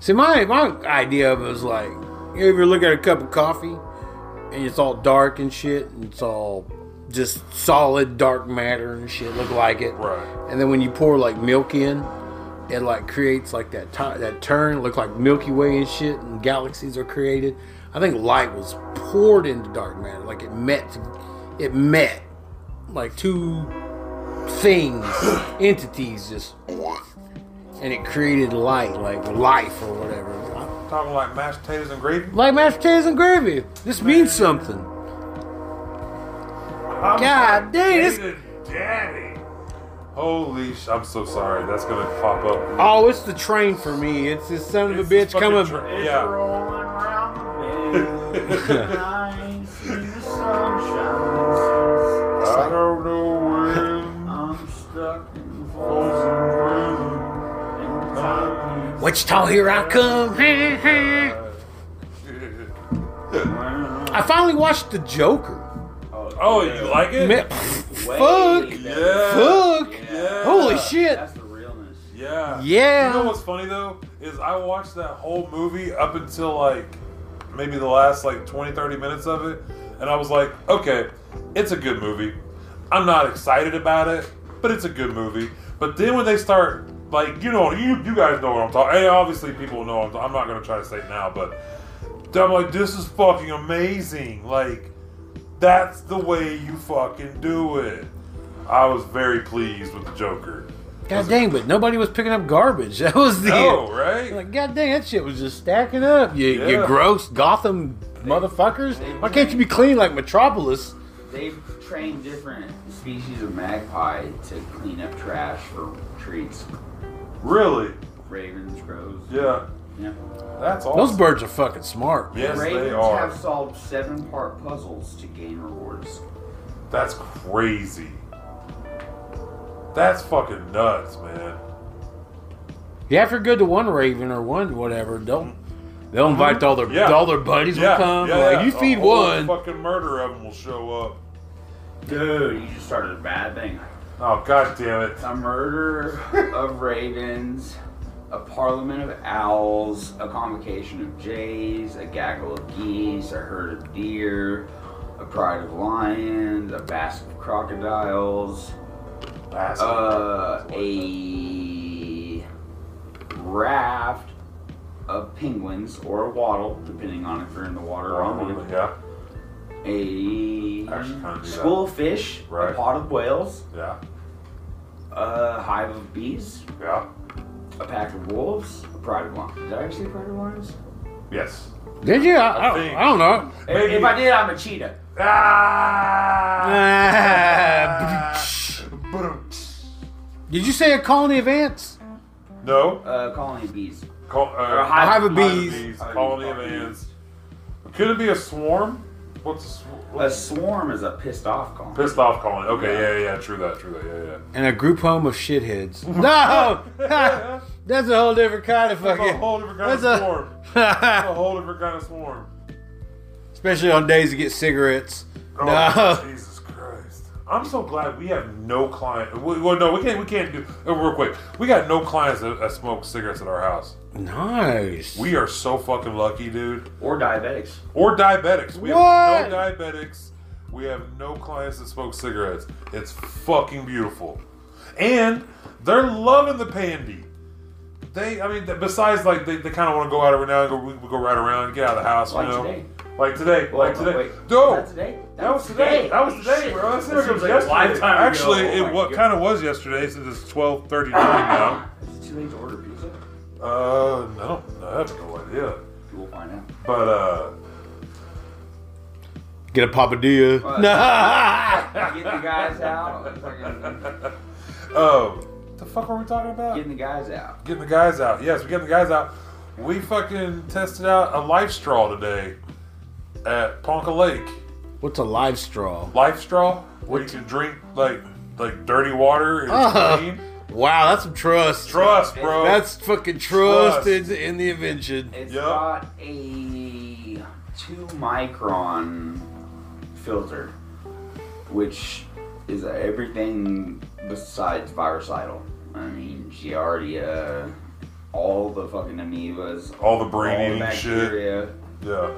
[SPEAKER 2] See, my my idea of it was like, you ever look at a cup of coffee, and it's all dark and shit, and it's all just solid dark matter and shit, look like it.
[SPEAKER 1] Right.
[SPEAKER 2] And then when you pour like milk in, it like creates like that ti that turn, look like Milky Way and shit, and galaxies are created. I think light was poured into dark matter, like it met, it met, like two things, entities just, and it created light, like life or whatever.
[SPEAKER 1] Talking like mashed potatoes and gravy.
[SPEAKER 2] Like mashed potatoes and gravy. This means something.
[SPEAKER 1] I'm
[SPEAKER 2] God
[SPEAKER 1] like,
[SPEAKER 2] dang, this-
[SPEAKER 1] "Dated daddy. Holy sh! I'm so sorry. That's gonna pop up.
[SPEAKER 2] Oh, it's the train for me. It's this son of a
[SPEAKER 1] It's this
[SPEAKER 2] bitch
[SPEAKER 1] fucking
[SPEAKER 2] coming.
[SPEAKER 1] tra-
[SPEAKER 3] It's
[SPEAKER 1] Yeah.
[SPEAKER 3] rolling around the bend. I see the sunshine.
[SPEAKER 1] I don't know when.
[SPEAKER 3] I'm stuck in the frozen and time keeps
[SPEAKER 2] Wichita, here I come. Hey, hey. um,
[SPEAKER 3] running
[SPEAKER 2] I finally watched The Joker.
[SPEAKER 3] out.
[SPEAKER 1] Oh, you like it?
[SPEAKER 2] Man,
[SPEAKER 3] Way
[SPEAKER 2] fuck.
[SPEAKER 3] better.
[SPEAKER 2] Fuck.
[SPEAKER 1] Yeah.
[SPEAKER 2] Holy shit.
[SPEAKER 3] That's the realness.
[SPEAKER 1] Yeah.
[SPEAKER 2] Yeah.
[SPEAKER 1] You know what's funny though is I watched that whole movie up until like maybe the last like 20 30 minutes of it and I was like, "Okay, it's a good movie. I'm not excited about it, but it's a good movie." But then when they start like, you know, you you guys know what I'm talking. And obviously people know what I'm, ta- I'm not going to try to say it now, but I'm like, "This is fucking amazing." Like That's the way you fucking do it. I was very pleased with the Joker.
[SPEAKER 2] God dang, but nobody was picking up garbage. That was the
[SPEAKER 1] No, Oh, right?
[SPEAKER 2] like God dang that shit was just stacking up. You
[SPEAKER 1] Yeah.
[SPEAKER 2] you gross Gotham motherfuckers. Why can't you be clean like Metropolis?
[SPEAKER 3] They've trained different species of magpie to clean up trash for treats.
[SPEAKER 1] really?
[SPEAKER 3] Ravens, crows.
[SPEAKER 1] Yeah.
[SPEAKER 3] Yeah.
[SPEAKER 1] That's awesome.
[SPEAKER 2] Those birds are fucking smart.
[SPEAKER 1] yes,
[SPEAKER 3] Ravens
[SPEAKER 1] they are.
[SPEAKER 3] have solved seven part puzzles to gain rewards.
[SPEAKER 1] That's crazy. That's fucking nuts, man.
[SPEAKER 2] Yeah, if you're good to one raven or one whatever, don't they'll invite all their
[SPEAKER 1] Mm-hmm. Yeah.
[SPEAKER 2] all their buddies
[SPEAKER 1] Yeah,
[SPEAKER 2] will come.
[SPEAKER 1] yeah,
[SPEAKER 2] like
[SPEAKER 1] yeah. Oh,
[SPEAKER 2] you
[SPEAKER 1] A
[SPEAKER 2] feed
[SPEAKER 1] whole
[SPEAKER 2] one.
[SPEAKER 1] fucking murder of them will show up.
[SPEAKER 3] Dude, you just started a bad thing.
[SPEAKER 1] Oh god damn it!
[SPEAKER 3] A murder of ravens, a parliament of owls, a convocation of jays, a gaggle of geese, a herd of deer, a pride of lions, a basket of crocodiles,
[SPEAKER 1] Bastard.
[SPEAKER 3] uh, a raft of penguins or a waddle, depending on if you're in the water or on land.
[SPEAKER 1] yeah, Actually, kinda
[SPEAKER 3] A
[SPEAKER 1] do
[SPEAKER 3] school of fish, a
[SPEAKER 1] Right.
[SPEAKER 3] pod of whales,
[SPEAKER 1] yeah,
[SPEAKER 3] a hive of bees,
[SPEAKER 1] yeah.
[SPEAKER 3] a pack of wolves, a pride of lions. Did I actually say pride of lions?
[SPEAKER 1] Yes.
[SPEAKER 2] Did you? I, I,
[SPEAKER 1] I
[SPEAKER 2] don't-
[SPEAKER 1] think.
[SPEAKER 2] I don't know.
[SPEAKER 3] If,
[SPEAKER 1] Maybe.
[SPEAKER 3] if I did, I'm a cheetah.
[SPEAKER 1] Ah!
[SPEAKER 2] Ah,
[SPEAKER 1] Boom.
[SPEAKER 2] did you say a colony of ants?
[SPEAKER 1] No.
[SPEAKER 3] Uh, colony of bees.
[SPEAKER 1] Col- uh,
[SPEAKER 3] Or a
[SPEAKER 1] hive
[SPEAKER 3] hive,
[SPEAKER 2] hive of
[SPEAKER 1] of
[SPEAKER 2] bees.
[SPEAKER 1] bees, colony of ants. Could it be a swarm? What's a swarm?
[SPEAKER 3] A swarm is a pissed off colony.
[SPEAKER 1] Pissed off colony. Okay, yeah, yeah, yeah, true that, true that, yeah, yeah.
[SPEAKER 2] And a group home of shitheads. No, that's a whole different kind of fucking.
[SPEAKER 1] That's a whole different kind of
[SPEAKER 2] that's a-
[SPEAKER 1] swarm. a whole different kind of swarm.
[SPEAKER 2] Especially on days to get cigarettes.
[SPEAKER 1] Oh,
[SPEAKER 2] no.
[SPEAKER 1] Jesus Christ. I'm so glad we have no client. we- Well, no, we can't. We can't do. uh, Real quick, we got no clients that, that smoke cigarettes at our house.
[SPEAKER 2] Nice.
[SPEAKER 1] We are so fucking lucky, dude.
[SPEAKER 3] Or diabetics.
[SPEAKER 1] Or diabetics. We have
[SPEAKER 2] What?
[SPEAKER 1] no diabetics. We have no clients that smoke cigarettes. It's fucking beautiful, and they're loving the pandy. They, I mean, th- besides like they, they kind of want to go out every now and go. We, we go right around, get out of the house,
[SPEAKER 3] Like
[SPEAKER 1] you know.
[SPEAKER 3] today.
[SPEAKER 1] Like today, like
[SPEAKER 3] Wait,
[SPEAKER 1] today.
[SPEAKER 3] wait, wait.
[SPEAKER 1] No.
[SPEAKER 3] Was that today?
[SPEAKER 1] That was today. That was today,
[SPEAKER 3] Shit.
[SPEAKER 1] bro. That seems
[SPEAKER 3] That
[SPEAKER 1] like it
[SPEAKER 3] seems
[SPEAKER 1] was
[SPEAKER 3] like a
[SPEAKER 1] yesterday.
[SPEAKER 3] lifetime ago.
[SPEAKER 1] Actually,
[SPEAKER 3] Oh my
[SPEAKER 1] it what
[SPEAKER 3] God.
[SPEAKER 1] kind of was yesterday since it's twelve thirty nine now.
[SPEAKER 3] Is it too late to order pizza?
[SPEAKER 1] Uh, I don't. I have no idea.
[SPEAKER 3] We'll find out.
[SPEAKER 1] But uh,
[SPEAKER 2] Get a papadilla.
[SPEAKER 3] What?
[SPEAKER 2] No.
[SPEAKER 3] Getting the guys out. Fucking
[SPEAKER 1] um, the fuck were we talking about?
[SPEAKER 3] Getting the guys out.
[SPEAKER 1] Getting the guys out. Yes, we're getting the guys out. We fucking tested out a life straw today at Ponca Lake.
[SPEAKER 2] What's a live straw?
[SPEAKER 1] Life straw, where you can drink like like dirty water and it's
[SPEAKER 3] Ah.
[SPEAKER 2] Uh.
[SPEAKER 1] clean.
[SPEAKER 2] Wow, that's some trust.
[SPEAKER 1] Trust, bro.
[SPEAKER 2] That's fucking trust,
[SPEAKER 1] Trust.
[SPEAKER 2] in in the invention.
[SPEAKER 3] It's
[SPEAKER 1] Yup.
[SPEAKER 3] got a two micron filter, which is everything besides virucidal. I mean, Giardia, all the fucking amoebas,
[SPEAKER 1] all the
[SPEAKER 3] all
[SPEAKER 1] brain
[SPEAKER 3] the
[SPEAKER 1] eating shit.
[SPEAKER 3] bacteria.
[SPEAKER 1] Yeah.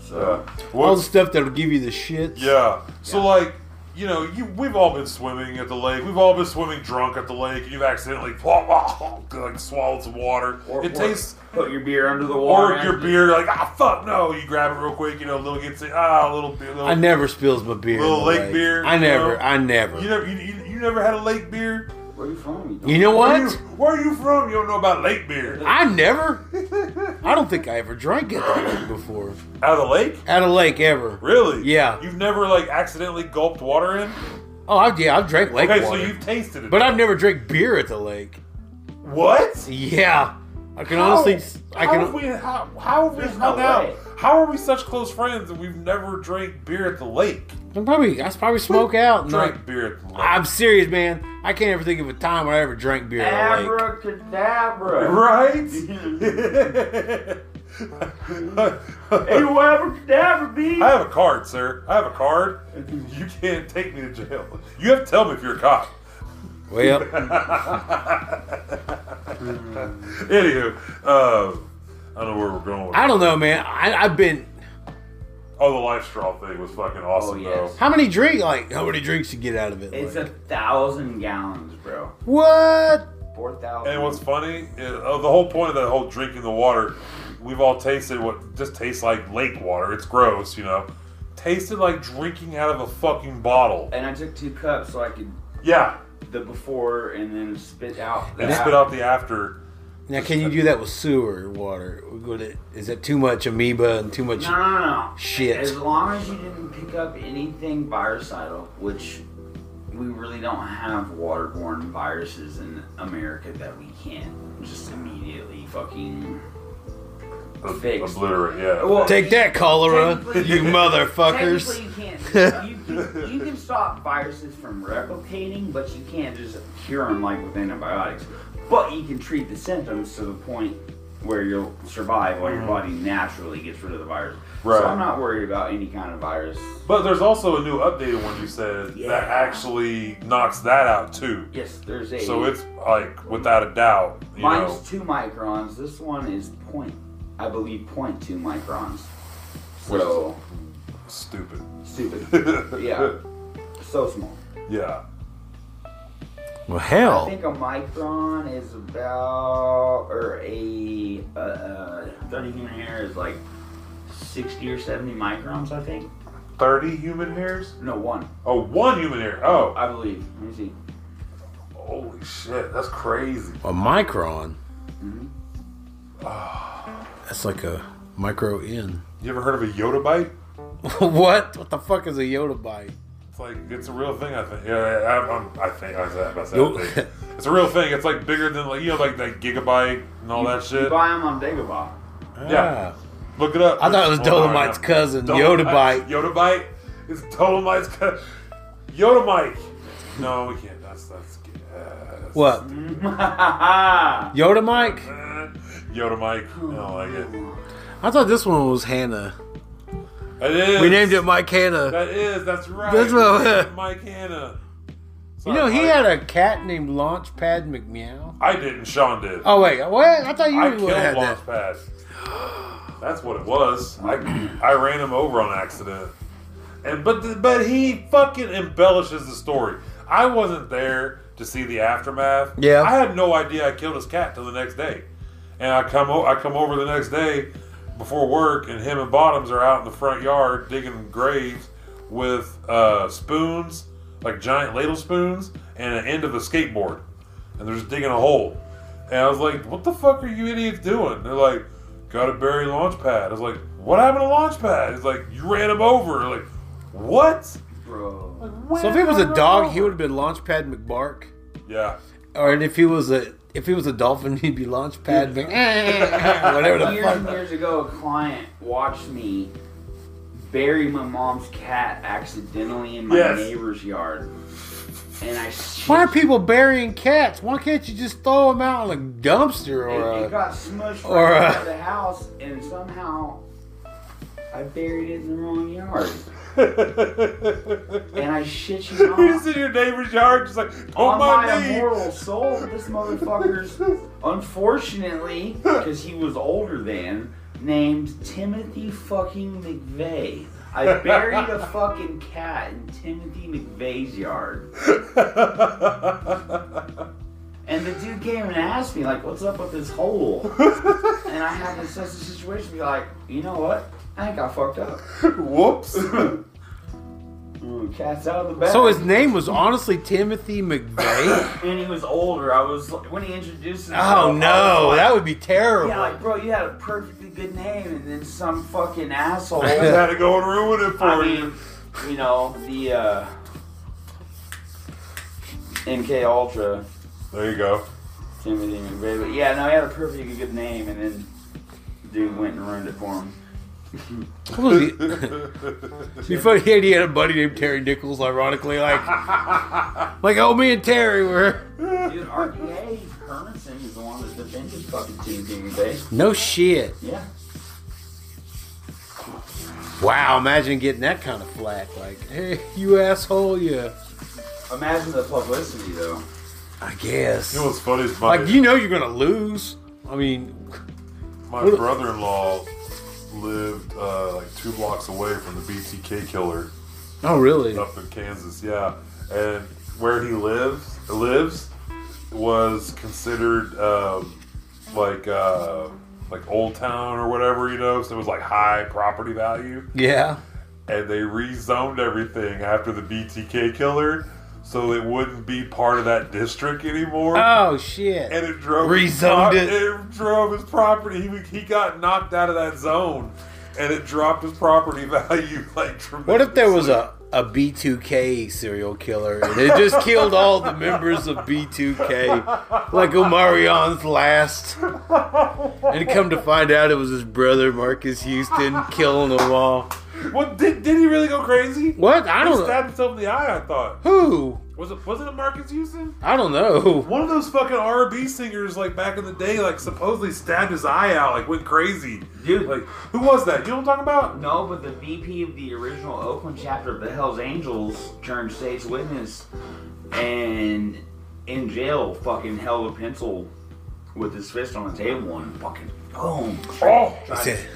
[SPEAKER 3] So
[SPEAKER 1] Yeah.
[SPEAKER 2] All
[SPEAKER 1] What's-
[SPEAKER 2] the stuff that'll give you the shits.
[SPEAKER 1] Yeah. So like, you know, you we've all been swimming at the lake. We've all been swimming drunk at the lake. and You've accidentally like swallowed some water.
[SPEAKER 3] or
[SPEAKER 1] it
[SPEAKER 3] put-
[SPEAKER 1] tastes
[SPEAKER 3] Put your beer under the water.
[SPEAKER 1] or your
[SPEAKER 3] after-
[SPEAKER 1] beer like ah fuck no. You grab it real quick. You know, little gets it ah little beer. Little,
[SPEAKER 2] I never spills my beer. in
[SPEAKER 1] Little
[SPEAKER 2] the
[SPEAKER 1] lake
[SPEAKER 2] lake.
[SPEAKER 1] beer,
[SPEAKER 2] I
[SPEAKER 1] you
[SPEAKER 2] never.
[SPEAKER 1] know?
[SPEAKER 2] I never.
[SPEAKER 1] you never you, you, you never had a lake beer.
[SPEAKER 3] Where are you from? don't-
[SPEAKER 2] You know
[SPEAKER 1] Where
[SPEAKER 2] what?
[SPEAKER 1] you, where are you from? You don't know about lake beer
[SPEAKER 2] I never. I don't think I ever drank it before
[SPEAKER 1] out of the lake.
[SPEAKER 2] at a lake ever.
[SPEAKER 1] Really?
[SPEAKER 2] Yeah.
[SPEAKER 1] You've never like accidentally gulped water in.
[SPEAKER 2] Oh, I've, yeah, I've drank lake
[SPEAKER 1] Okay, so
[SPEAKER 2] water,
[SPEAKER 1] you've tasted it.
[SPEAKER 2] but I've never drank beer at the lake.
[SPEAKER 1] what?
[SPEAKER 2] Yeah, I can honestly. I
[SPEAKER 1] how have
[SPEAKER 2] can.
[SPEAKER 1] we how, how have we
[SPEAKER 3] There's
[SPEAKER 1] hung
[SPEAKER 3] no
[SPEAKER 1] out?
[SPEAKER 3] way.
[SPEAKER 1] How are we such close friends and we've never drank beer at the lake?
[SPEAKER 2] I'm probably. I probably smoke out. And like,
[SPEAKER 1] Drank beer at the lake.
[SPEAKER 2] I'm serious, man. I can't ever think of a time where I ever drank beer at a lake.
[SPEAKER 3] Abracadabra.
[SPEAKER 1] right?
[SPEAKER 3] Hey, abracadabra, B.
[SPEAKER 1] I have a card, sir. I have a card. You can't take me to jail. You have to tell me if you're a cop.
[SPEAKER 2] Well,
[SPEAKER 1] Anywho, uh, I don't know where we're going with
[SPEAKER 2] I
[SPEAKER 1] that.
[SPEAKER 2] don't know, man. I, I've been.
[SPEAKER 1] Oh, the life straw thing was fucking awesome,
[SPEAKER 3] Oh, yes.
[SPEAKER 2] How many drink? Like how many drinks you get out of it?
[SPEAKER 3] It's a
[SPEAKER 2] like?
[SPEAKER 3] thousand gallons, bro.
[SPEAKER 2] what?
[SPEAKER 3] Four
[SPEAKER 1] though.
[SPEAKER 3] thousand.
[SPEAKER 1] And what's funny, is, uh, the whole point of that whole drinking the water, we've all tasted what just tastes like lake water. It's gross, you know. tasted like drinking out of a fucking bottle.
[SPEAKER 3] And I took two cups so I could
[SPEAKER 1] Yeah,
[SPEAKER 3] the before and then spit out. the
[SPEAKER 1] and
[SPEAKER 3] after.
[SPEAKER 1] spit out the after.
[SPEAKER 2] Now, can you do that with sewer or water? Would it- Is that too much amoeba and too much?
[SPEAKER 3] No, no, no.
[SPEAKER 2] Shit.
[SPEAKER 3] As long as you didn't pick up anything virucidal, which we really don't have waterborne viruses in America that we can't just immediately fucking fix.
[SPEAKER 1] Obliterate. Yeah.
[SPEAKER 3] Well,
[SPEAKER 2] Take that, cholera,
[SPEAKER 3] Technically-
[SPEAKER 2] you motherfuckers!
[SPEAKER 3] Technically, you can't. You can, you can stop viruses from replicating, but you can't just cure them like with antibiotics. But you can treat the symptoms to the point where you'll survive while your body naturally gets rid of the virus.
[SPEAKER 1] Mm. Right.
[SPEAKER 3] So I'm not worried about any kind of virus.
[SPEAKER 1] But there's also a new updated one you said
[SPEAKER 3] Yeah.
[SPEAKER 1] that actually knocks that out too.
[SPEAKER 3] Yes, there's a.
[SPEAKER 1] So it's like without a doubt, you
[SPEAKER 3] mine's
[SPEAKER 1] know,
[SPEAKER 3] two microns. This one is point, I believe, point two microns.
[SPEAKER 1] Which is-
[SPEAKER 3] So
[SPEAKER 1] stupid.
[SPEAKER 3] stupid. yeah, so small.
[SPEAKER 1] Yeah.
[SPEAKER 2] Well,
[SPEAKER 3] I
[SPEAKER 2] hell,
[SPEAKER 3] think a micron is about, or a uh, uh, 30 human hair is like 60 or 70 microns, I think.
[SPEAKER 1] Thirty human hairs?
[SPEAKER 3] No, one,
[SPEAKER 1] Oh, one human hair. Oh,
[SPEAKER 3] I believe. Let me see.
[SPEAKER 1] holy shit, that's crazy.
[SPEAKER 2] a micron.
[SPEAKER 3] Mm-hmm.
[SPEAKER 2] That's like a micro in.
[SPEAKER 1] You ever heard of a Yoda bite?
[SPEAKER 2] what? What the fuck is a Yoda bite?
[SPEAKER 1] It's like it's a real thing. I think. Yeah, I, I'm, I think I said I said
[SPEAKER 2] Yo-
[SPEAKER 1] I think. It's a real thing. It's like bigger than like you know like that gigabyte and all that
[SPEAKER 3] You
[SPEAKER 1] shit.
[SPEAKER 3] buy them on Dagobah.
[SPEAKER 1] Yeah.
[SPEAKER 2] Ah.
[SPEAKER 1] Look it up.
[SPEAKER 2] I thought it was
[SPEAKER 1] Hold on,
[SPEAKER 2] Dolomite's
[SPEAKER 1] yeah.
[SPEAKER 2] cousin,
[SPEAKER 1] Dolomite-
[SPEAKER 2] Yodabite.
[SPEAKER 1] Yodabite is Dolomite's cousin. Yodamite. No, we can't. That's that's. gay. Uh, that's
[SPEAKER 2] What? Yoda Mike?
[SPEAKER 1] stupid. Yodamite. I don't like
[SPEAKER 2] I thought this one was Hannah.
[SPEAKER 1] it. It is.
[SPEAKER 2] We named it Mike Hannah.
[SPEAKER 1] That is. That's right.
[SPEAKER 2] That's what-
[SPEAKER 1] We named it Mike Hanna.
[SPEAKER 2] You
[SPEAKER 1] Sorry,
[SPEAKER 2] know, he
[SPEAKER 1] Mike.
[SPEAKER 2] had a cat named Launchpad McMeow.
[SPEAKER 1] I didn't. Sean did.
[SPEAKER 2] Oh, wait, what? I thought you
[SPEAKER 1] I
[SPEAKER 2] would
[SPEAKER 1] killed
[SPEAKER 2] have that.
[SPEAKER 1] Launchpad. That's what it was. I I ran him over on accident. And but th- but he fucking embellishes the story. I wasn't there to see the aftermath.
[SPEAKER 2] Yeah.
[SPEAKER 1] I had no idea I killed his cat till the next day. And I come o- I come over the next day before work, and him and Bottoms are out in the front yard digging graves with uh, spoons, like giant ladle spoons, and an end of a skateboard, and they're just digging a hole. And I was like, "What the fuck are you idiots doing?" They're like, "Gotta bury Launchpad." I was like, "What happened to Launchpad?" He's like, "You ran him over." Like, what?
[SPEAKER 3] Bro.
[SPEAKER 2] So if he was a dog, he would have been Launchpad McBark.
[SPEAKER 1] Yeah.
[SPEAKER 2] Or if he was a if he was a dolphin, he'd be "Eh, Launchpad Mc whatever the
[SPEAKER 3] years
[SPEAKER 2] fuck.
[SPEAKER 3] and years ago, a client watched me bury my mom's cat accidentally in my
[SPEAKER 1] Yes.
[SPEAKER 3] neighbor's yard. And I shit
[SPEAKER 2] Why are people burying cats? Why can't you just throw them out in a dumpster
[SPEAKER 3] It, it
[SPEAKER 2] or a,
[SPEAKER 3] got smushed
[SPEAKER 2] or
[SPEAKER 3] right
[SPEAKER 2] a-
[SPEAKER 3] out of the house, and somehow I buried it in the wrong yard.
[SPEAKER 1] He's
[SPEAKER 3] And I shit you not,
[SPEAKER 1] in your neighbor's yard, just like, oh
[SPEAKER 3] on
[SPEAKER 1] my,
[SPEAKER 3] my,
[SPEAKER 1] my knee.
[SPEAKER 3] immortal soul, this motherfucker's unfortunately, because he was older than, named Timothy fucking McVeigh. I buried a fucking cat in Timothy McVeigh's yard. And the dude came and asked me, like, what's up with this hole? and I had to assess the situation and be like, you know what? I think I fucked up.
[SPEAKER 1] Whoops.
[SPEAKER 3] Mm, Cat's out of the bag.
[SPEAKER 2] So his name was honestly Timothy McVeigh.
[SPEAKER 3] and he was older. I was when he introduced himself.
[SPEAKER 2] Oh
[SPEAKER 3] I
[SPEAKER 2] no,
[SPEAKER 3] was
[SPEAKER 2] that
[SPEAKER 3] like,
[SPEAKER 2] would be terrible.
[SPEAKER 3] yeah, like bro, you had a perfectly good name, and then some fucking asshole.
[SPEAKER 1] I had to go and ruin it for
[SPEAKER 3] I
[SPEAKER 1] you.
[SPEAKER 3] mean, you know the uh, MK Ultra
[SPEAKER 1] There you go.
[SPEAKER 3] Timothy McVeigh. But yeah, no, he had a perfectly good name, and then dude went and ruined it for him.
[SPEAKER 2] What was he- Before he had, he had a buddy named Terry Nichols. Ironically, like like oh me and Terry were
[SPEAKER 3] Dude, RPA Hermanson is the one that defended fucking Timothy McVeigh.
[SPEAKER 2] no shit.
[SPEAKER 3] Yeah.
[SPEAKER 2] Wow, imagine getting that kind of flack. Like hey, you asshole, you.
[SPEAKER 3] Imagine the publicity though.
[SPEAKER 2] I guess.
[SPEAKER 1] You know what's funny is my,
[SPEAKER 2] Like you know you're gonna lose. I mean,
[SPEAKER 1] my brother-in-law lived uh, like two blocks away from the BTK killer.
[SPEAKER 2] oh really?
[SPEAKER 1] up in Kansas, yeah. And where he lives lives was considered um, like uh, like old town or whatever, you know. So it was like high property value.
[SPEAKER 2] Yeah.
[SPEAKER 1] and they rezoned everything after the BTK killer, so it wouldn't be part of that district anymore.
[SPEAKER 2] Oh shit!
[SPEAKER 1] and it drove
[SPEAKER 2] Rezoned
[SPEAKER 1] his,
[SPEAKER 2] it.
[SPEAKER 1] pro- it drove his property. He, he got knocked out of that zone, and it dropped his property value like tremendously.
[SPEAKER 2] What if there was a a B2K serial killer and they just killed all the members of B2K, like Omarion's last, and come to find out it was his brother Marcus Houston killing them all.
[SPEAKER 1] What did, did he really go crazy?
[SPEAKER 2] What? I
[SPEAKER 1] He
[SPEAKER 2] don't know.
[SPEAKER 1] stabbed himself in the eye. I thought
[SPEAKER 2] Who?
[SPEAKER 1] was it wasn't it Marcus Houston?
[SPEAKER 2] I don't know.
[SPEAKER 1] One of those fucking R&B singers, like back in the day, like supposedly stabbed his eye out, like went crazy.
[SPEAKER 3] Dude.
[SPEAKER 1] like who was that? You know what I'm talking about?
[SPEAKER 3] No, but the VP of the original Oakland chapter of the Hells Angels turned state's witness and in jail fucking held a pencil with his fist on the table and fucking boom.
[SPEAKER 1] Oh,
[SPEAKER 2] He said,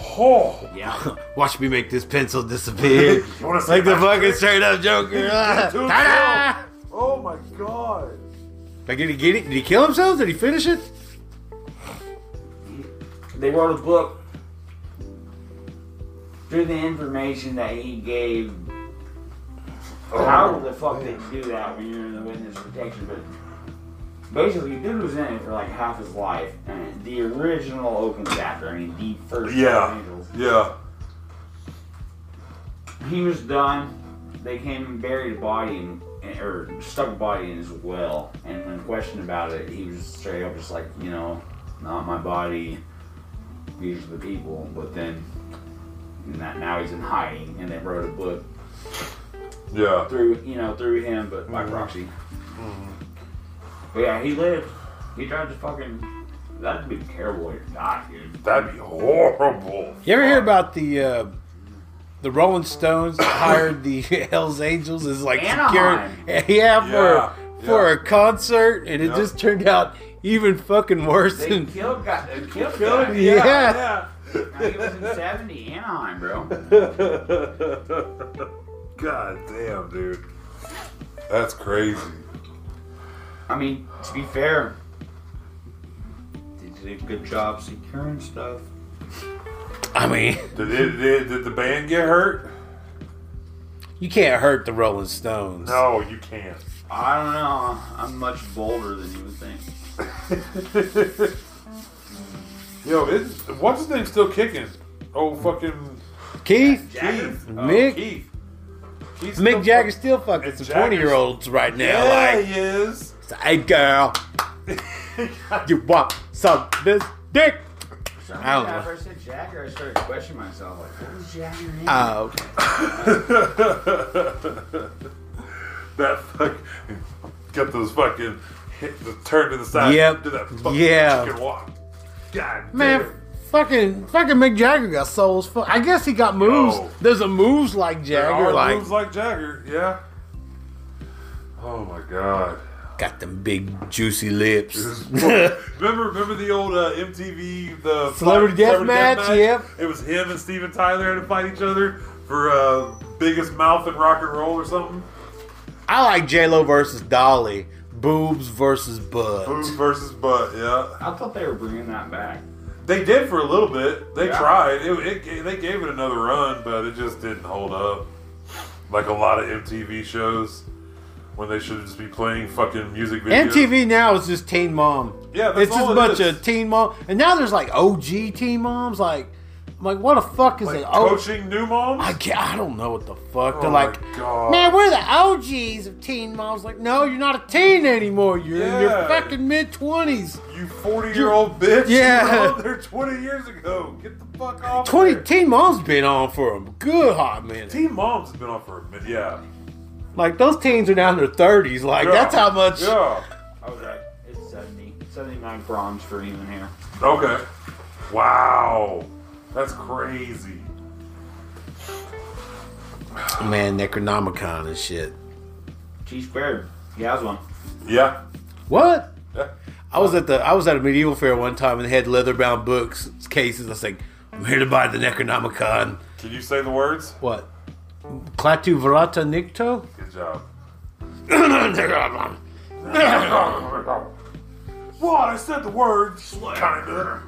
[SPEAKER 1] oh,
[SPEAKER 3] Yeah.
[SPEAKER 2] Watch me make this pencil disappear.
[SPEAKER 1] You wanna see
[SPEAKER 2] like the
[SPEAKER 1] my
[SPEAKER 2] fucking straight up Joker.
[SPEAKER 1] Dude,
[SPEAKER 2] Ta-da!
[SPEAKER 1] oh my god!
[SPEAKER 2] Like, did he get it? Did he kill himself? Did he finish it?
[SPEAKER 3] They wrote a book through the information that he gave. How the fuck did you do that when you're in the witness protection? But basically, dude was in it for like half his life. And the original Oakland chapter, I mean, the first
[SPEAKER 1] Yeah,
[SPEAKER 3] Angels.
[SPEAKER 1] yeah.
[SPEAKER 3] He was done. They came and buried a body in, or stuck a body in his well. And when questioned about it, he was straight up just like, you know, not my body. These are the people. But then, and that- now he's in hiding. And they wrote a book
[SPEAKER 1] Yeah.
[SPEAKER 3] through, you know, through him, but by proxy. But yeah, he lived. He tried to fucking. That'd be a terrible way to die, dude.
[SPEAKER 1] That'd be horrible.
[SPEAKER 2] You ever hear about the uh, the Rolling Stones hired the Hell's Angels as like security?
[SPEAKER 3] Anaheim.
[SPEAKER 2] Yeah, for
[SPEAKER 1] Yeah,
[SPEAKER 2] for
[SPEAKER 1] yeah.
[SPEAKER 2] a concert, and it
[SPEAKER 1] Yeah.
[SPEAKER 2] just turned out even fucking worse
[SPEAKER 3] They
[SPEAKER 2] than
[SPEAKER 3] killed, got, they killed,
[SPEAKER 1] Killed him,
[SPEAKER 3] guys.
[SPEAKER 2] Yeah.
[SPEAKER 3] I think it was in 70 Anaheim, bro.
[SPEAKER 1] God damn, dude. That's crazy.
[SPEAKER 3] I mean, to be fair, they did a good job securing stuff.
[SPEAKER 2] I mean,
[SPEAKER 1] Did, it, did, did the band get hurt?
[SPEAKER 2] you can't hurt the Rolling Stones.
[SPEAKER 1] No, you can't.
[SPEAKER 3] I don't know. I'm much bolder than you would think.
[SPEAKER 1] Yo, it, what's his name still kicking? Oh, fucking
[SPEAKER 2] Keith,
[SPEAKER 3] Oh,
[SPEAKER 1] Keith.
[SPEAKER 2] Mick?
[SPEAKER 1] Keith. He's still
[SPEAKER 2] Mick Jagger's still fucking
[SPEAKER 1] And
[SPEAKER 2] some
[SPEAKER 1] Jagger's-
[SPEAKER 2] twenty year olds right now.
[SPEAKER 1] Yeah,
[SPEAKER 2] Like,
[SPEAKER 1] he is.
[SPEAKER 2] it's like, hey girl, you want some of this dick?
[SPEAKER 3] So
[SPEAKER 2] I don't
[SPEAKER 3] after I
[SPEAKER 2] know.
[SPEAKER 3] first said Jagger, I started questioning myself. Like, what was Jagger in?
[SPEAKER 2] Oh,
[SPEAKER 1] that fuck. Got those fucking hit the turn to the side.
[SPEAKER 2] Yep.
[SPEAKER 1] Do that fucking
[SPEAKER 2] Yeah.
[SPEAKER 1] chicken walk. God
[SPEAKER 2] Man,
[SPEAKER 1] damn.
[SPEAKER 2] fucking fucking Mick Jagger got souls. Fu- I guess he got moves.
[SPEAKER 1] Yo.
[SPEAKER 2] There's a moves like
[SPEAKER 1] There
[SPEAKER 2] Jagger,
[SPEAKER 1] are
[SPEAKER 2] like
[SPEAKER 1] moves like Jagger. Yeah. Oh my god.
[SPEAKER 2] got them big juicy lips.
[SPEAKER 1] remember, remember the old uh, MTV the
[SPEAKER 2] Celebrity
[SPEAKER 1] fight-
[SPEAKER 2] Deathmatch? Yep.
[SPEAKER 1] It was him and Steven Tyler had to fight each other for uh, biggest mouth in rock and roll or something.
[SPEAKER 2] I like J Lo versus Dolly, boobs versus
[SPEAKER 1] Boobs
[SPEAKER 2] buds.
[SPEAKER 1] versus butt. Yeah.
[SPEAKER 3] I thought they were bringing that back.
[SPEAKER 1] They did for a little bit. They
[SPEAKER 3] Yeah.
[SPEAKER 1] tried. It, it, they gave it another run, but it just didn't hold up. Like a lot of MTV shows, when they should just be playing fucking music videos.
[SPEAKER 2] MTV now is just Teen Mom.
[SPEAKER 1] Yeah, that's
[SPEAKER 2] it's just
[SPEAKER 1] all
[SPEAKER 2] a
[SPEAKER 1] it
[SPEAKER 2] bunch
[SPEAKER 1] is.
[SPEAKER 2] of Teen Mom, and now there's like OG Teen Moms. Like, I'm like what the fuck is
[SPEAKER 1] Like
[SPEAKER 2] it? Oh,
[SPEAKER 1] coaching new moms.
[SPEAKER 2] I, ca- I don't know what the fuck. They're
[SPEAKER 1] Oh my
[SPEAKER 2] like,
[SPEAKER 1] God.
[SPEAKER 2] man, we're the OGs of Teen Moms. Like, no, you're not a teen anymore. You're in your
[SPEAKER 1] Yeah.
[SPEAKER 2] fucking mid twenties.
[SPEAKER 1] you forty-year-old bitch.
[SPEAKER 2] Yeah.
[SPEAKER 1] you were on there twenty years ago. Get the fuck off.
[SPEAKER 2] 20
[SPEAKER 1] there.
[SPEAKER 2] Teen Mom's been on for a good hot minute.
[SPEAKER 1] Teen moms has been on for a minute. Yeah.
[SPEAKER 2] Like those teens are now in their thirties. Like
[SPEAKER 1] Yeah.
[SPEAKER 2] that's how much.
[SPEAKER 1] Yeah.
[SPEAKER 3] I was right. Oh, It's 70. 79 proms for even here.
[SPEAKER 1] Okay. Wow. That's crazy.
[SPEAKER 2] Man, Necronomicon and shit.
[SPEAKER 3] T squared. He has one.
[SPEAKER 1] Yeah.
[SPEAKER 2] What?
[SPEAKER 1] Yeah.
[SPEAKER 2] I was at the I was at a medieval fair one time and they had leather bound books cases. I was like, I'm here to buy the Necronomicon.
[SPEAKER 1] Can you say the words?
[SPEAKER 2] What? Clatu Verata Nicto?
[SPEAKER 1] Good job.
[SPEAKER 2] Necronomicon.
[SPEAKER 1] What? I said the word Slayer.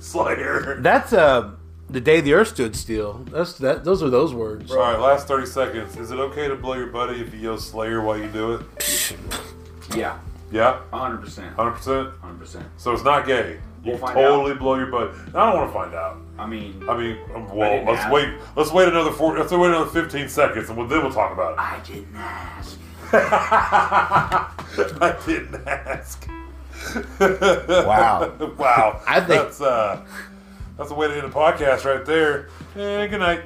[SPEAKER 1] Slayer.
[SPEAKER 2] That's a the day the earth stood still. That's that. Those are those words.
[SPEAKER 1] All right, last 30 seconds. Is it okay to blow your buddy if you yell Slayer while you do it?
[SPEAKER 3] Yeah,
[SPEAKER 1] Yeah?
[SPEAKER 3] 100%.
[SPEAKER 1] 100%?
[SPEAKER 3] 100%.
[SPEAKER 1] So it's not gay. You
[SPEAKER 3] We'll
[SPEAKER 1] can
[SPEAKER 3] find
[SPEAKER 1] totally blow your buddy. I don't want to find out.
[SPEAKER 3] I mean,
[SPEAKER 1] I mean, um,
[SPEAKER 3] I
[SPEAKER 1] well,
[SPEAKER 3] didn't
[SPEAKER 1] let's
[SPEAKER 3] ask.
[SPEAKER 1] wait. Let's wait another four. Let's wait another fifteen seconds, and we'll, then we'll talk about it.
[SPEAKER 3] I didn't ask.
[SPEAKER 1] I didn't ask.
[SPEAKER 2] Wow.
[SPEAKER 1] wow.
[SPEAKER 2] I think-
[SPEAKER 1] that's uh, that's a way to end a podcast right there. And good night.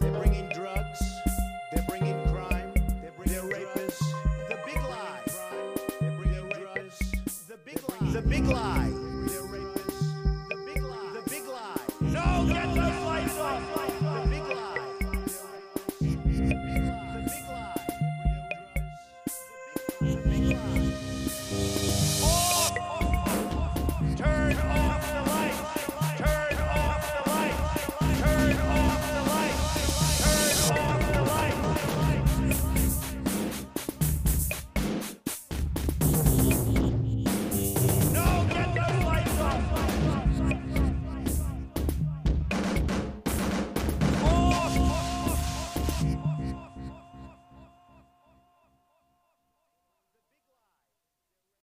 [SPEAKER 4] They're bringing drugs. They're bringing crime. They're rapists. The big lie. They're bringing drugs. The big lie. The big lie. Oh,